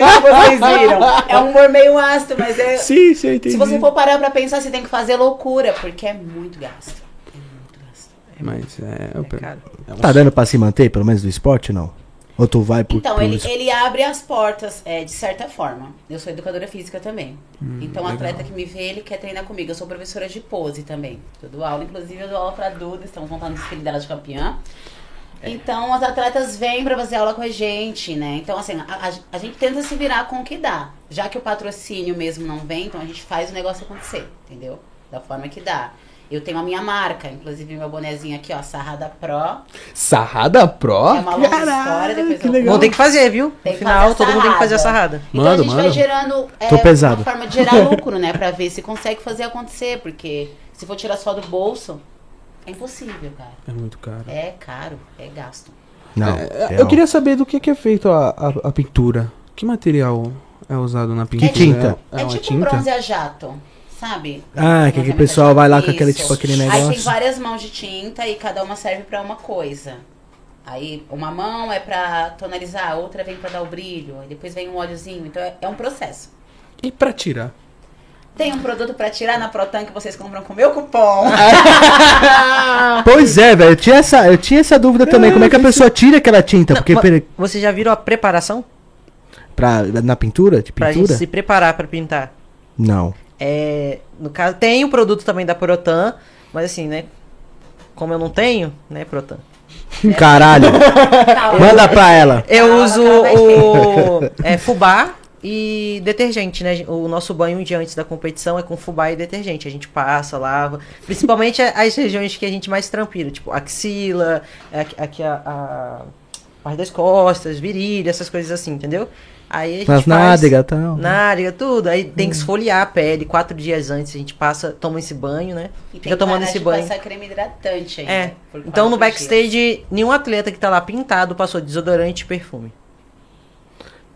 D: se vocês viram. É um humor meio ácido, mas é.
B: Sim, sim, entendi.
D: Se você for parar pra pensar, você tem que fazer loucura, porque é muito gasto. É muito gasto.
B: Mas é.
C: É caro.
B: é um
A: Tá dando pra se manter, pelo menos do esporte, não? Ou tu vai por.
D: Então,
A: por
D: ele,
A: isso?
D: ele abre as portas, é, de certa forma. Eu sou educadora física também.
A: Hum,
D: então, o atleta que me vê, ele quer treinar comigo. Eu sou professora de pose também. Eu dou aula, inclusive, eu dou aula pra então Duda. Estamos montando o desfile dela de campeã.
A: É.
D: Então, as atletas vêm pra fazer aula com a gente, né? Então, assim, a, a- a gente tenta se virar com o que dá. Já que o patrocínio mesmo não vem, então a gente faz o negócio acontecer, entendeu? Da forma que dá. Eu tenho a minha marca, inclusive meu bonezinho aqui, ó, Sarrada Pro.
B: Sarrada Pro?
D: é uma longa história, depois eu
C: Vão ter que fazer, viu?
D: Tem
C: No
D: que
C: final,
D: fazer a
C: todo mundo tem que fazer a
D: sarrada.
C: sarrada.
D: Então
B: Manda,
D: a gente
B: manda.
D: vai gerando é,
A: Tô pesado.
D: uma forma de gerar lucro, né? Pra ver se consegue fazer acontecer. Porque se for tirar só do bolso, é impossível, cara.
B: É muito caro.
D: É caro, é gasto.
A: Não.
B: É,
A: real.
B: eu queria saber do que que é feito a, a- a pintura. Que material é usado na pintura?
A: tinta?
B: É,
D: é
B: uma
D: tipo um
B: tinta?
D: bronze a jato, sabe?
A: Ah, que que o pessoal vai lá com aquele- tipo aquele
D: Aí
A: negócio.
D: tem várias mãos de tinta e cada uma serve pra uma coisa. Aí uma mão é pra tonalizar, a outra vem pra dar o brilho, aí depois vem um óleozinho. Então é- é um processo.
B: E pra tirar?
D: Tem um produto pra tirar na Protan que vocês compram com meu cupom.
A: Pois é, velho. Eu tinha essa, eu tinha essa dúvida também. Como é que a pessoa tira aquela tinta? Porque
C: Não,
A: pera-
C: mas Vocês já viram a preparação?
A: pra, na pintura? De
C: Pra gente
A: pintura?
C: se preparar pra pintar.
A: Não.
C: É, no caso, tem o produto também da Protan, mas assim, né? Como eu não tenho, né, Protan?
A: Caralho.
D: Tá
A: Manda pra ela.
C: Eu
D: Ah,
C: uso
D: ela vai
C: o é, fubá e detergente, né? O nosso banho um dia antes da competição é com fubá e detergente. A gente passa, lava. Principalmente as regiões que a gente mais trampira, tipo axila, é, aqui, aqui a, a parte das costas, virilha, essas coisas assim, entendeu? Aí a gente
A: Nas tá,
C: faz-
A: nádegas Hum. e tal.
C: Nárdega, tudo. Aí tem que esfoliar a pele quatro dias antes. A gente passa, toma esse banho, né?
D: E tem
C: Fica
D: que
C: tomando
D: parar
C: esse
D: de
C: banho.
D: passar creme hidratante ainda.
C: É.
D: por
C: Então no
D: quatro dias.
C: backstage, nenhum atleta que tá lá pintado passou desodorante e perfume.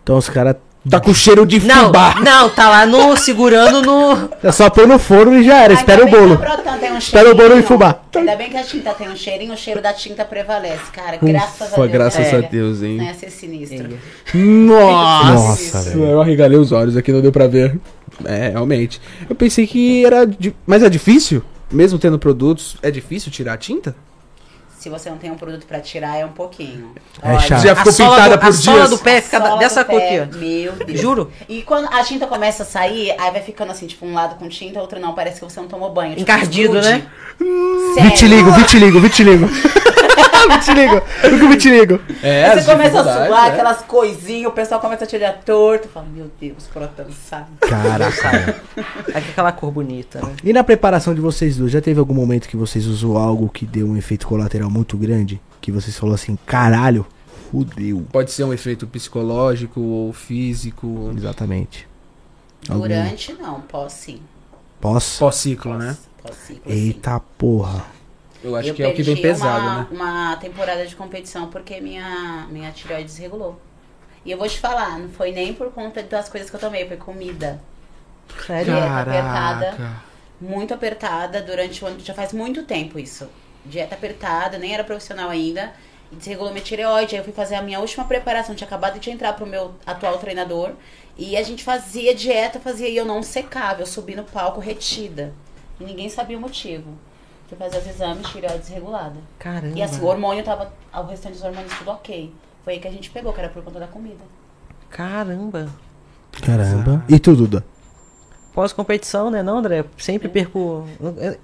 A: Então os caras.
B: Tá com cheiro de
C: Não,
B: fubá.
C: não, tá lá no segurando no.
A: É só pôr no forno e já era.
D: Ainda
A: Espera o
D: bem que
A: bolo.
D: a Protan tem um
A: Espera o bolo
D: cheirinho.
A: e fubá.
D: Ainda bem que a tinta tem um cheirinho, o cheiro da tinta prevalece, cara.
B: Ufa,
D: Graças a Deus.
B: graças
D: né,
B: a
D: velho?
B: Deus, hein?
D: Não ia ser
C: É.
D: sinistro.
B: Nossa!
A: Nossa, velho.
B: Eu arregalei os olhos aqui, não deu pra ver. É, realmente. Eu pensei que era. di- Mas é difícil? Mesmo tendo produtos, é difícil tirar a tinta?
D: Se você não tem um produto pra tirar, é um pouquinho.
A: É chato.
B: Já
C: a
B: ficou
C: sola
B: pintada
C: do,
B: por
C: a sola
B: dias?
C: do pé fica da-
D: Sola
C: dessa
D: do
C: cor
D: pé,
C: aqui, ó.
D: Meu Deus.
C: Juro.
D: E quando a tinta começa a sair, aí vai ficando assim, tipo, um lado com tinta, outro não. Parece que você não tomou banho. tipo,
C: Encardido,
D: grude.
C: né?
D: Sério.
A: Vitiligo, vitiligo, vitiligo. vitiligo. Nunca vitiligo.
B: É,
D: Aí você começa a
B: dificuldades,
D: suar
B: é.
D: aquelas coisinhas, o pessoal começa a te olhar torto. Fala, meu Deus, tá Protan, sabe?
A: Caraca. velho.
C: Aqui aquela cor bonita, né?
A: E na preparação de vocês dois, já teve algum momento que vocês usou algo que deu um efeito colateral muito grande? Que vocês falou assim, caralho, fudeu.
B: Pode ser um efeito psicológico ou físico.
A: Exatamente. Algum
D: Durante, não. Pós, sim.
A: Posso?
B: Pós-ciclo,
D: Pós,
B: né?
D: pós ciclo, sim.
A: Eita porra.
B: Eu acho
D: eu
B: que é o que vem
D: perdi
B: pesado,
D: uma,
B: né?
D: uma temporada de competição porque minha, minha tireoide desregulou. E eu vou te falar, não foi nem por conta das coisas que eu tomei, foi comida.
C: Sério?
D: Dieta apertada. Muito apertada durante o ano, já faz muito tempo isso. Dieta apertada, nem era profissional ainda. E desregulou minha tireoide. Aí eu fui fazer a minha última preparação, tinha acabado de entrar pro meu atual treinador. E a gente fazia dieta, fazia, e eu não secava, eu subi no palco retida. E ninguém sabia o motivo. Fui fazer os exames, tireoide desregulada.
C: Caramba.
D: E assim, o hormônio tava. O restante dos hormônios tudo ok. Foi aí que a gente pegou, que era por conta da comida.
C: Caramba.
A: Caramba. E tu, Duda?
C: Pós-competição, né, não, André? Sempre perco.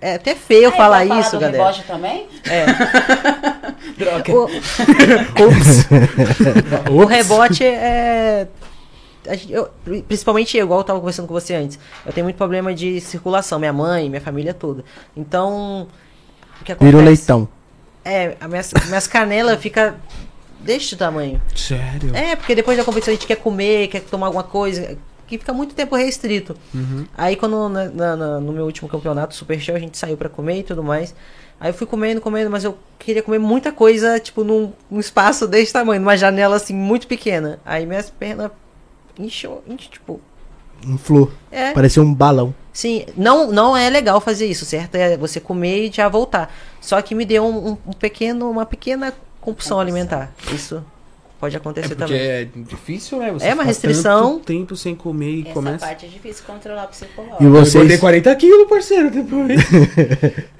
C: É até feio
D: Ah, e
C: falar
D: pra falar
C: isso,
D: do
C: galera.
D: rebote também?
C: É.
D: Droga.
C: O, o rebote é. a gente- eu- principalmente eu, igual eu tava conversando com você antes. Eu tenho muito problema de circulação, minha mãe, minha família toda. Então. O que acontece?
A: Virou leitão.
C: É, a minhas, minhas canelas ficam deste tamanho.
B: Sério?
C: É, porque depois da competição a gente quer comer, quer tomar alguma coisa, que fica muito tempo restrito. Aí quando na- na- na- no meu último campeonato, Super Show, a gente saiu pra comer e tudo mais. Aí eu fui comendo, comendo, mas eu queria comer muita coisa, tipo, num, num espaço desse tamanho, numa janela assim, muito pequena. Aí minhas pernas inchou, inchou, tipo.
A: Inflou.
C: É.
A: Pareceu um balão.
C: Sim, não, não é legal fazer isso, certo? É você comer e já voltar. Só que me deu um, um- um pequeno, uma pequena compulsão alimentar. Isso pode
B: É
C: acontecer
B: porque
C: também.
B: é difícil, né? Você
C: É uma
B: ficar
C: restrição.
B: tanto tempo sem comer e
D: Essa
B: começa.
D: parte é difícil controlar o
A: E
D: psicológico.
B: Eu engordei
A: vocês,
B: 40 quilos, parceiro, depois.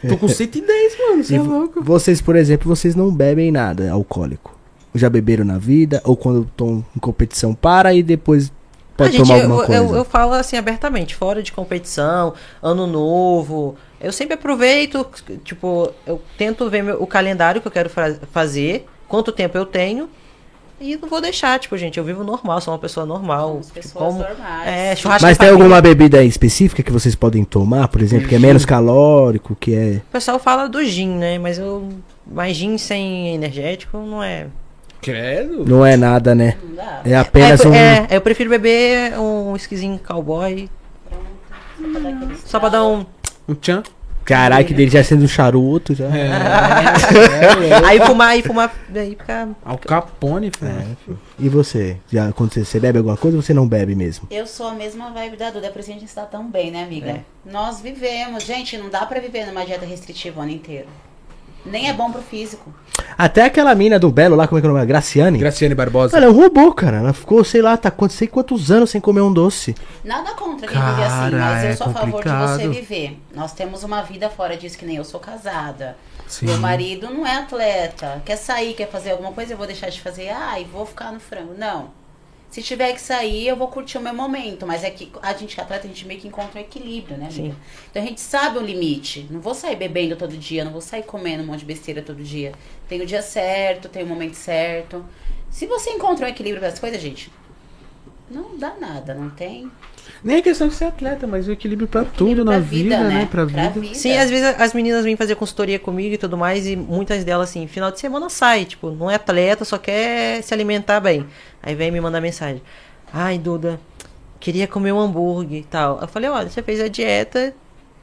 B: Tô com 110, mano, você
A: e
B: é
A: vo-
B: louco.
A: vocês, por exemplo, vocês não bebem nada alcoólico. já beberam na vida, ou quando estão em competição para e depois pode
C: Ah,
A: tomar
C: eu,
A: alguma
C: eu-
A: coisa.
C: Eu, falo assim abertamente, fora de competição, ano novo. Eu sempre aproveito, tipo, eu tento ver meu- o calendário que eu quero fra- fazer, quanto tempo eu tenho. E não vou deixar, tipo, gente, eu vivo normal, sou uma pessoa normal.
D: Somos
C: tipo,
D: pessoas normais.
C: É, churrasco
A: Mas
C: em
A: tem
C: família.
A: alguma bebida específica que vocês podem tomar, por exemplo,
C: Uhum.
A: que é menos calórico, que é.
C: O pessoal fala do gin, né? Mas eu. Mas gin sem energético não é.
B: Credo.
A: Não é nada, né?
D: Não dá.
A: É
C: É,
A: apenas
C: eu,
A: um.
C: é, eu prefiro beber um esquisinho cowboy,
D: Só pra dar aquele
C: só pra dar um.
B: Um tchan.
A: Caralho, que dele já sendo um charuto já.
B: É.
C: Aí fumar, e fumar, aí ficar.
B: Al Capone, velho.
A: E você? Já aconteceu? Você bebe alguma coisa ou você não bebe mesmo?
D: Eu sou a mesma vibe da Duda, é por isso a gente está tão bem, né, amiga? Nós vivemos, gente, não dá pra viver numa dieta restritiva o ano inteiro. Nem é bom pro físico.
A: Até aquela mina do Belo lá, como é que é o nome? dela? Graciane?
B: Graciane Barbosa.
A: Ela é um robô, cara. Ela ficou, sei lá, tá quantos, sei quantos anos sem comer um doce.
D: Nada contra quem
B: Cara,
D: vive assim, mas
B: é
D: eu sou a favor de você
B: complicado.
D: viver. Nós temos uma vida fora disso, que nem eu sou casada.
B: Sim.
D: Meu marido não é atleta. Quer sair, quer fazer alguma coisa, eu vou deixar de fazer. Ai, vou ficar no frango. Não. Se tiver que sair, eu vou curtir o meu momento. Mas é que a gente que é atleta, a gente meio que encontra o equilíbrio, né, amiga? Então a gente sabe o limite. Não vou sair bebendo todo dia, não vou sair comendo um monte de besteira todo dia. Tem o dia certo, tem o momento certo. Se você encontra um equilíbrio das coisas, gente, não dá nada, não tem
B: Nem é questão de ser atleta, mas o equilíbrio pra tudo
D: Equilíbrio
B: na
D: pra
B: vida, né? Pra vida.
D: Então.
C: Sim, às vezes as meninas vêm fazer consultoria comigo e tudo mais, e muitas delas, assim, final de semana sai, tipo, não é atleta, só quer se alimentar bem. Aí vem e me mandar mensagem. Ai, Duda, queria comer um hambúrguer e tal. Eu falei, olha, você fez a dieta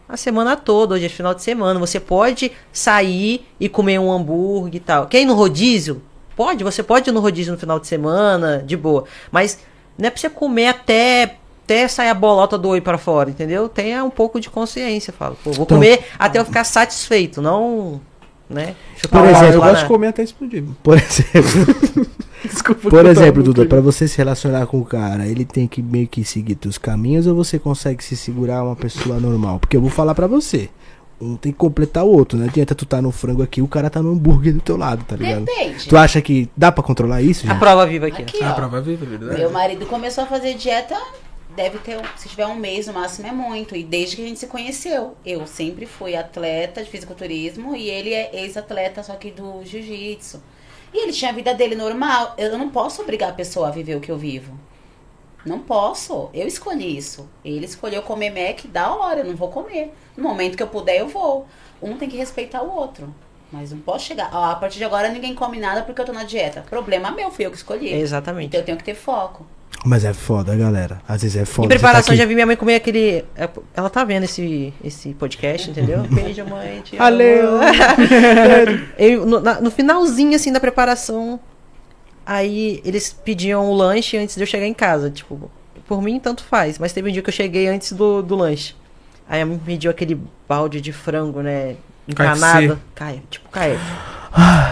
C: a semana toda, hoje é final de semana, você pode sair e comer um hambúrguer e tal. Quer ir no rodízio? Pode, você pode ir no rodízio no final de semana, de boa. Mas não é pra você comer até, até sair a bolota do oi pra fora, entendeu? Tenha um pouco de consciência, eu falo. Pô, vou
A: Então-
C: comer até eu ficar satisfeito, não, né?
A: Por
B: Ah,
A: exemplo,
B: eu
C: lá
B: gosto
C: na-
B: de comer até explodir.
A: Por exemplo,
B: Desculpa.
A: por exemplo Duda, pra você se relacionar com o cara, ele tem que meio que seguir teus caminhos ou você consegue se segurar uma pessoa normal? Porque eu vou falar pra você. Um tem que completar o outro, não adianta tu tá no frango aqui, o cara tá no hambúrguer do teu lado, tá ligado?
D: Depende.
A: Tu acha que dá pra controlar isso?
C: A
A: gente?
C: prova viva aqui.
D: Aqui,
B: Ah,
D: ó.
B: pra vai viver, verdade.
D: Meu marido começou a fazer dieta, deve ter, um- se tiver um mês no máximo é muito. E desde que a gente se conheceu, eu sempre fui atleta de fisiculturismo e ele é ex-atleta, só que do jiu-jitsu. E ele tinha a vida dele normal. Eu não posso obrigar a pessoa a viver o que eu vivo. Não posso. Eu escolhi isso. Ele escolheu comer Mac da hora, eu não vou comer. No momento que eu puder, eu vou. Um tem que respeitar o outro. Mas não posso chegar. ó, a partir de agora ninguém come nada porque eu tô na dieta. Problema meu, fui eu que escolhi.
C: Exatamente.
D: Então eu tenho que ter foco.
A: Mas é foda, galera. Às vezes é foda.
C: Em
A: você tá
C: preparação,
A: aqui.
C: já vi minha mãe comer aquele. é, Ela tá vendo esse, esse podcast, entendeu? Beijo, mãe. Te amo.
A: Valeu.
C: Eu, no, na- no finalzinho, assim, da preparação, aí eles pediam o lanche antes de eu chegar em casa. Tipo, por mim, tanto faz. Mas teve um dia que eu cheguei antes do, do lanche. Aí ela me pediu aquele balde de frango, né? Encanado. Cai, tipo, cai.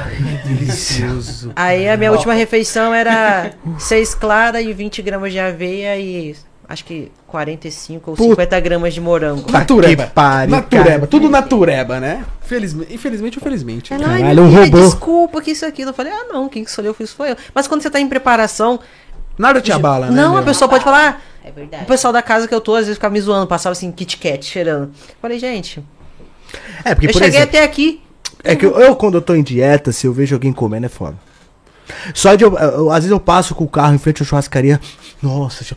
B: Delicioso.
C: Aí a minha última refeição era 6 clara e 20 gramas de aveia e acho que 45 ou
A: Puta.
C: 50 gramas de morango.
A: Tá
B: Natureba.
A: Que pariu,
B: natureba.
A: cara.
B: Tudo natureba, né? Felizme... Infelizmente ou felizmente.
C: Ela,
A: Caralho,
C: ai, minha
A: um
C: filha,
A: robô.
C: desculpa que isso aqui. Eu falei, ah não, quem que escolheu foi isso foi eu. Mas quando você tá em preparação, tipo,
B: Nada te abala, né?
C: não,
B: meu?
C: a pessoa pode falar, ah,
D: É
C: o
D: verdade.
C: pessoal da casa que eu tô às vezes ficava me zoando, passava assim, Kit Kat, cheirando. Eu falei, gente,
A: É, porque,
C: eu
A: por
C: cheguei
A: exemplo,
C: até aqui,
A: É que eu, eu, quando eu tô em dieta, se eu vejo alguém comendo, é foda. Só de eu, eu- Às vezes eu passo com o carro em frente à churrascaria. Nossa, chu-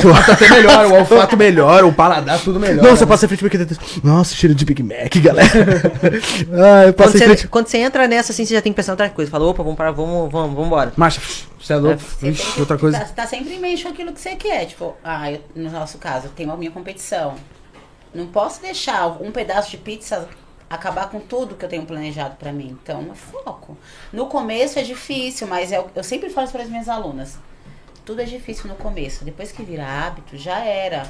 A: chu-
B: olfato até melhor, o olfato melhor, o paladar tudo melhor.
A: Nossa, eu
B: né?
A: passei em frente ao Big Mac. Nossa, cheiro de Big Mac, galera. ah, eu
C: quando
A: passei em
C: você,
A: frente.
C: quando você entra nessa, assim, você já tem que pensar em outra coisa. Falou, opa, vamos parar, vamos, vamos, vamos embora.
B: Marcha, você é louco. Ixi, outra coisa.
D: Tá, tá sempre em meio com aquilo que você quer. Tipo, ah, eu- no nosso caso, eu tenho a minha competição. Não posso deixar um pedaço de pizza acabar com tudo que eu tenho planejado pra mim. Então, é foco. No começo é difícil, mas eu, eu sempre falo isso para as minhas alunas. Tudo é difícil no começo. Depois que vira hábito, já era.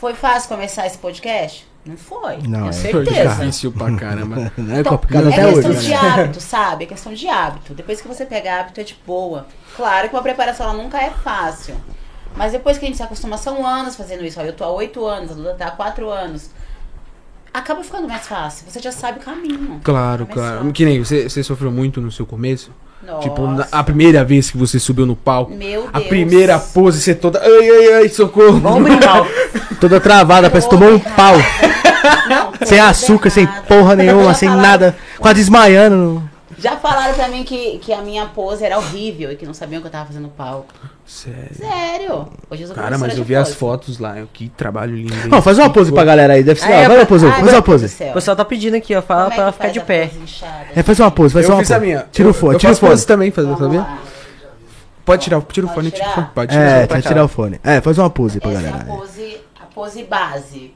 D: Foi fácil começar esse podcast? Não foi.
A: Não, é
D: tenho
B: Foi
D: certeza.
B: difícil pra caramba.
A: Não é
D: Então,
A: complicado
D: é
A: até hoje, né?
D: questão de
A: galera.
D: hábito, sabe? É questão de hábito. Depois que você pega hábito, é de boa. Claro que uma preparação ela nunca é fácil. Mas depois que a gente se acostuma, são anos fazendo isso. Ó, eu tô há oito anos, a Duda tá há quatro anos. Acaba ficando mais fácil. Você já sabe o caminho.
A: Então,
B: Claro,
D: Começar.
B: claro. Que nem você, você sofreu muito no seu começo. Tipo, na-
D: né, Nossa.
B: a primeira vez que você subiu no palco.
D: Meu
B: a
D: Deus.
B: primeira pose, você toda. Ai, ai, ai, socorro.
C: Vamos brincar.
A: Toda travada, parece que tomou um pau.
D: Não, tudo
A: Sem açúcar, sem
D: errado.
A: porra nenhuma,
D: Já
A: sem
D: falaram-
A: nada. Quase desmaiando.
D: Já falaram pra mim que, que a minha pose era horrível e que não sabiam o que eu tava fazendo no palco.
B: Sério.
D: Sério. Hoje eu sou
B: Cara, mas
D: professora
B: eu
D: de
B: vi as
D: pose.
B: fotos lá. Que trabalho lindo. hein?
A: Não, faz uma pose pra galera aí, deve ser.
D: Ah, é,
A: vai
D: pra-
A: uma pose,
D: Ai,
A: faz
D: meu
A: uma
D: Deus do
A: pose.
D: céu.
C: O pessoal tá pedindo aqui, ó. Fala
D: Como é
C: pra
D: que
C: ela ficar
D: faz
C: de
D: a
C: pé.
D: pose inchada?
A: É, faz uma pose, faz
B: eu
A: uma
B: fiz
A: pose.
B: a minha.
A: Tira o
B: Eu-
A: fone,
B: eu
A: tira o
B: faço
A: fone.
B: pose também, fazer, tá
D: Vamos
B: vendo?
D: lá.
B: Pode tirar, tira o fone,
D: Pode
B: tira o
D: tirar?
B: fone. Pode tirar,
A: É,
B: pode
A: tira, tirar o fone. É, faz uma pose pra
D: Essa é
A: galera.
D: a
A: aí.
D: pose, a pose base.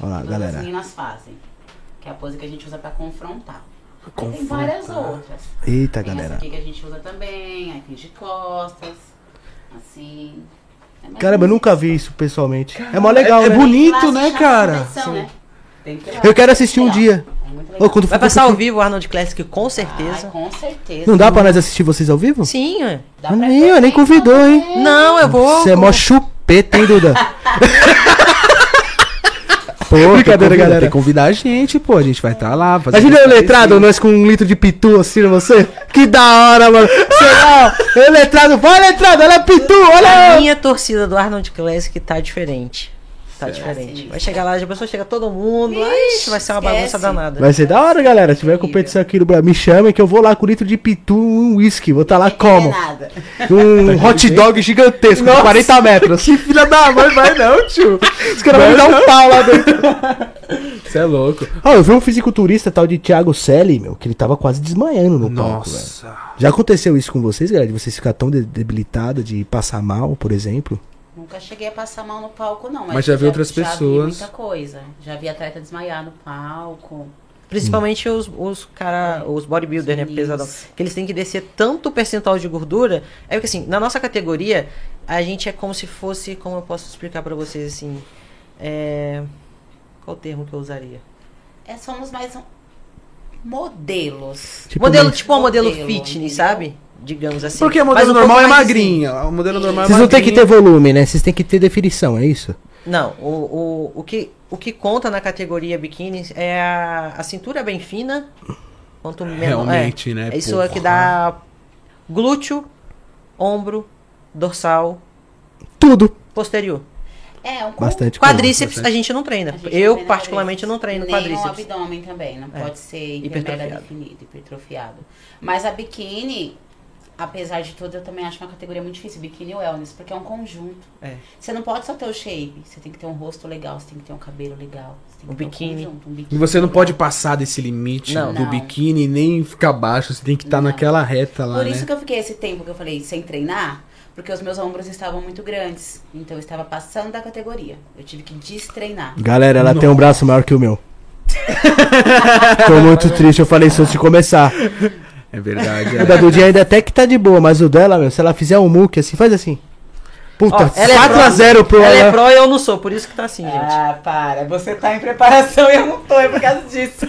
A: Olha lá,
D: que
A: galera.
D: As meninas fazem. Que é a pose que a gente usa pra confrontar. Tem várias outras.
A: Eita,
D: tem
A: É, galera.
D: essa aqui que a gente usa também. Aí tem de costas. Assim. É mais
A: Caramba, eu
D: bonito.
A: nunca vi isso pessoalmente. É mó legal,
B: é
A: né?
B: bonito.
D: Tem que ir
B: Bonito,
D: lá
B: né,
D: assistir a
B: cara?
D: competição,
B: Sim.
D: né? Tem que ir lá.
A: Eu quero assistir um
D: Legal.
A: dia.
D: É muito legal.
A: Ô, quando
C: Vai
A: for-
C: passar ao vivo o Arnold Classic, com certeza.
D: Ai, com certeza.
A: Não dá pra nós assistir vocês ao vivo?
C: Sim, ué.
D: Dá
A: Ah,
D: pra
A: nem, eu nem convidou, hein?
C: Não, eu vou.
A: Você é mó chupeta, hein, Duda? Pô, tem
B: Brincadeira,
A: convida-
B: galera. Tem
A: tem
B: que convidar a gente, pô. A gente vai estar tá lá. fazendo
A: Imagina eu
B: acontecer.
A: letrado, nós com um litro de pitu assim em você. Que da hora, mano. Sei lá, eu letrado, vai letrado, olha a pitu,
C: A
A: olha.
C: minha torcida do Arnold Classic tá diferente. Tá diferente.
D: Assim.
C: Vai chegar lá, já pessoa chega todo mundo. Ixi, vai ser uma
D: esquece.
C: bagunça danada.
A: Vai ser da hora, galera. Se tiver competição aqui no Brasil, me chama que eu vou lá com um litro de pitu e um whisky. Vou estar lá como?
D: nada.
A: Um hot dog gigantesco, de 40 metros.
B: Tá Que filha da mãe, vai não, tio.
A: Os caras vão me dar um pau lá dentro.
B: Você é louco.
A: Ah, eu vi um fisiculturista tal de Thiago Selle, meu, que ele tava quase desmaiando no palco, velho.
B: Nossa.
A: Já aconteceu isso com vocês, galera? De vocês ficar tão de- debilitada, de passar mal, por exemplo?
D: Nunca cheguei a passar mal no palco, não.
B: Mas já vi outras
D: Já vi
B: pessoas.
D: muita coisa. Já vi atleta desmaiar no palco.
C: Principalmente os, os cara, os bodybuilders, né,
D: Isso.
C: pesadão. Que eles têm que descer tanto percentual de gordura. É porque assim, na nossa categoria, a gente é como se fosse, como eu posso explicar pra vocês assim, é... qual o termo que eu usaria?
D: É, somos mais um... modelos.
C: modelo,
A: meio-
C: tipo um modelo,
D: Modelo,
C: fitness,
D: entendeu?
C: sabe? Digamos assim.
B: Porque o
C: Mas
B: modelo
C: um
B: normal é
C: pouco mais assim.
B: magrinha. O modelo normal é
A: Vocês não têm que ter
B: magrinha.
A: volume, né? Vocês têm que ter definição, é isso?
C: assim. Não, o, o, o, que, o que conta na categoria biquíni é a, a cintura bem fina. Quanto menor,
B: Realmente,
C: é,
B: né,
C: Isso
B: porra.
C: é que dá glúteo, ombro, dorsal,
A: Tudo.
C: posterior.
D: É, um com-
A: Bastante
B: Tipo,
C: Quadríceps
B: bastante.
C: a gente não treina.
D: a gente não
C: Eu,
D: treina
C: particularmente,
D: quadríceps.
C: não treino
D: Nem o
C: quadríceps.
D: abdômen também. Não
C: É.
D: pode ser hipermega
C: Hipertrofiado.
D: definido, hipertrofiado. Mas a biquíni, apesar de tudo, eu também acho uma categoria muito difícil. Biquíni e wellness, porque é um conjunto.
C: É.
D: Você não pode só ter o shape. Você tem que ter um rosto legal, você tem que ter um cabelo legal. Você tem que
C: Um
D: ter
C: biquíni.
D: Um conjunto, um
B: E
D: biquíni
B: você não
D: legal.
B: pode passar desse limite
C: Não.
B: do
D: Não.
B: biquíni nem ficar baixo. Você tem que estar
D: Não.
B: naquela reta lá,
D: Por
B: né?
D: isso que eu fiquei esse tempo que eu falei sem treinar, porque os meus ombros estavam muito grandes. Então eu estava passando da categoria. Eu tive que destreinar.
A: Galera, ela tem um braço maior que o meu. Tô muito triste, eu falei isso antes de começar.
B: É verdade.
A: O da
B: é.
A: Dudinha ainda até que tá de boa, mas o dela, meu, se ela fizer um muque assim, faz assim. Puta,
C: Ó, ela é
A: 4x0 pro
C: Ela é
A: ela.
C: pró e eu não sou, por isso que tá assim,
D: É.
C: gente.
D: Ah, para. Você tá em preparação e eu não tô, é por causa disso.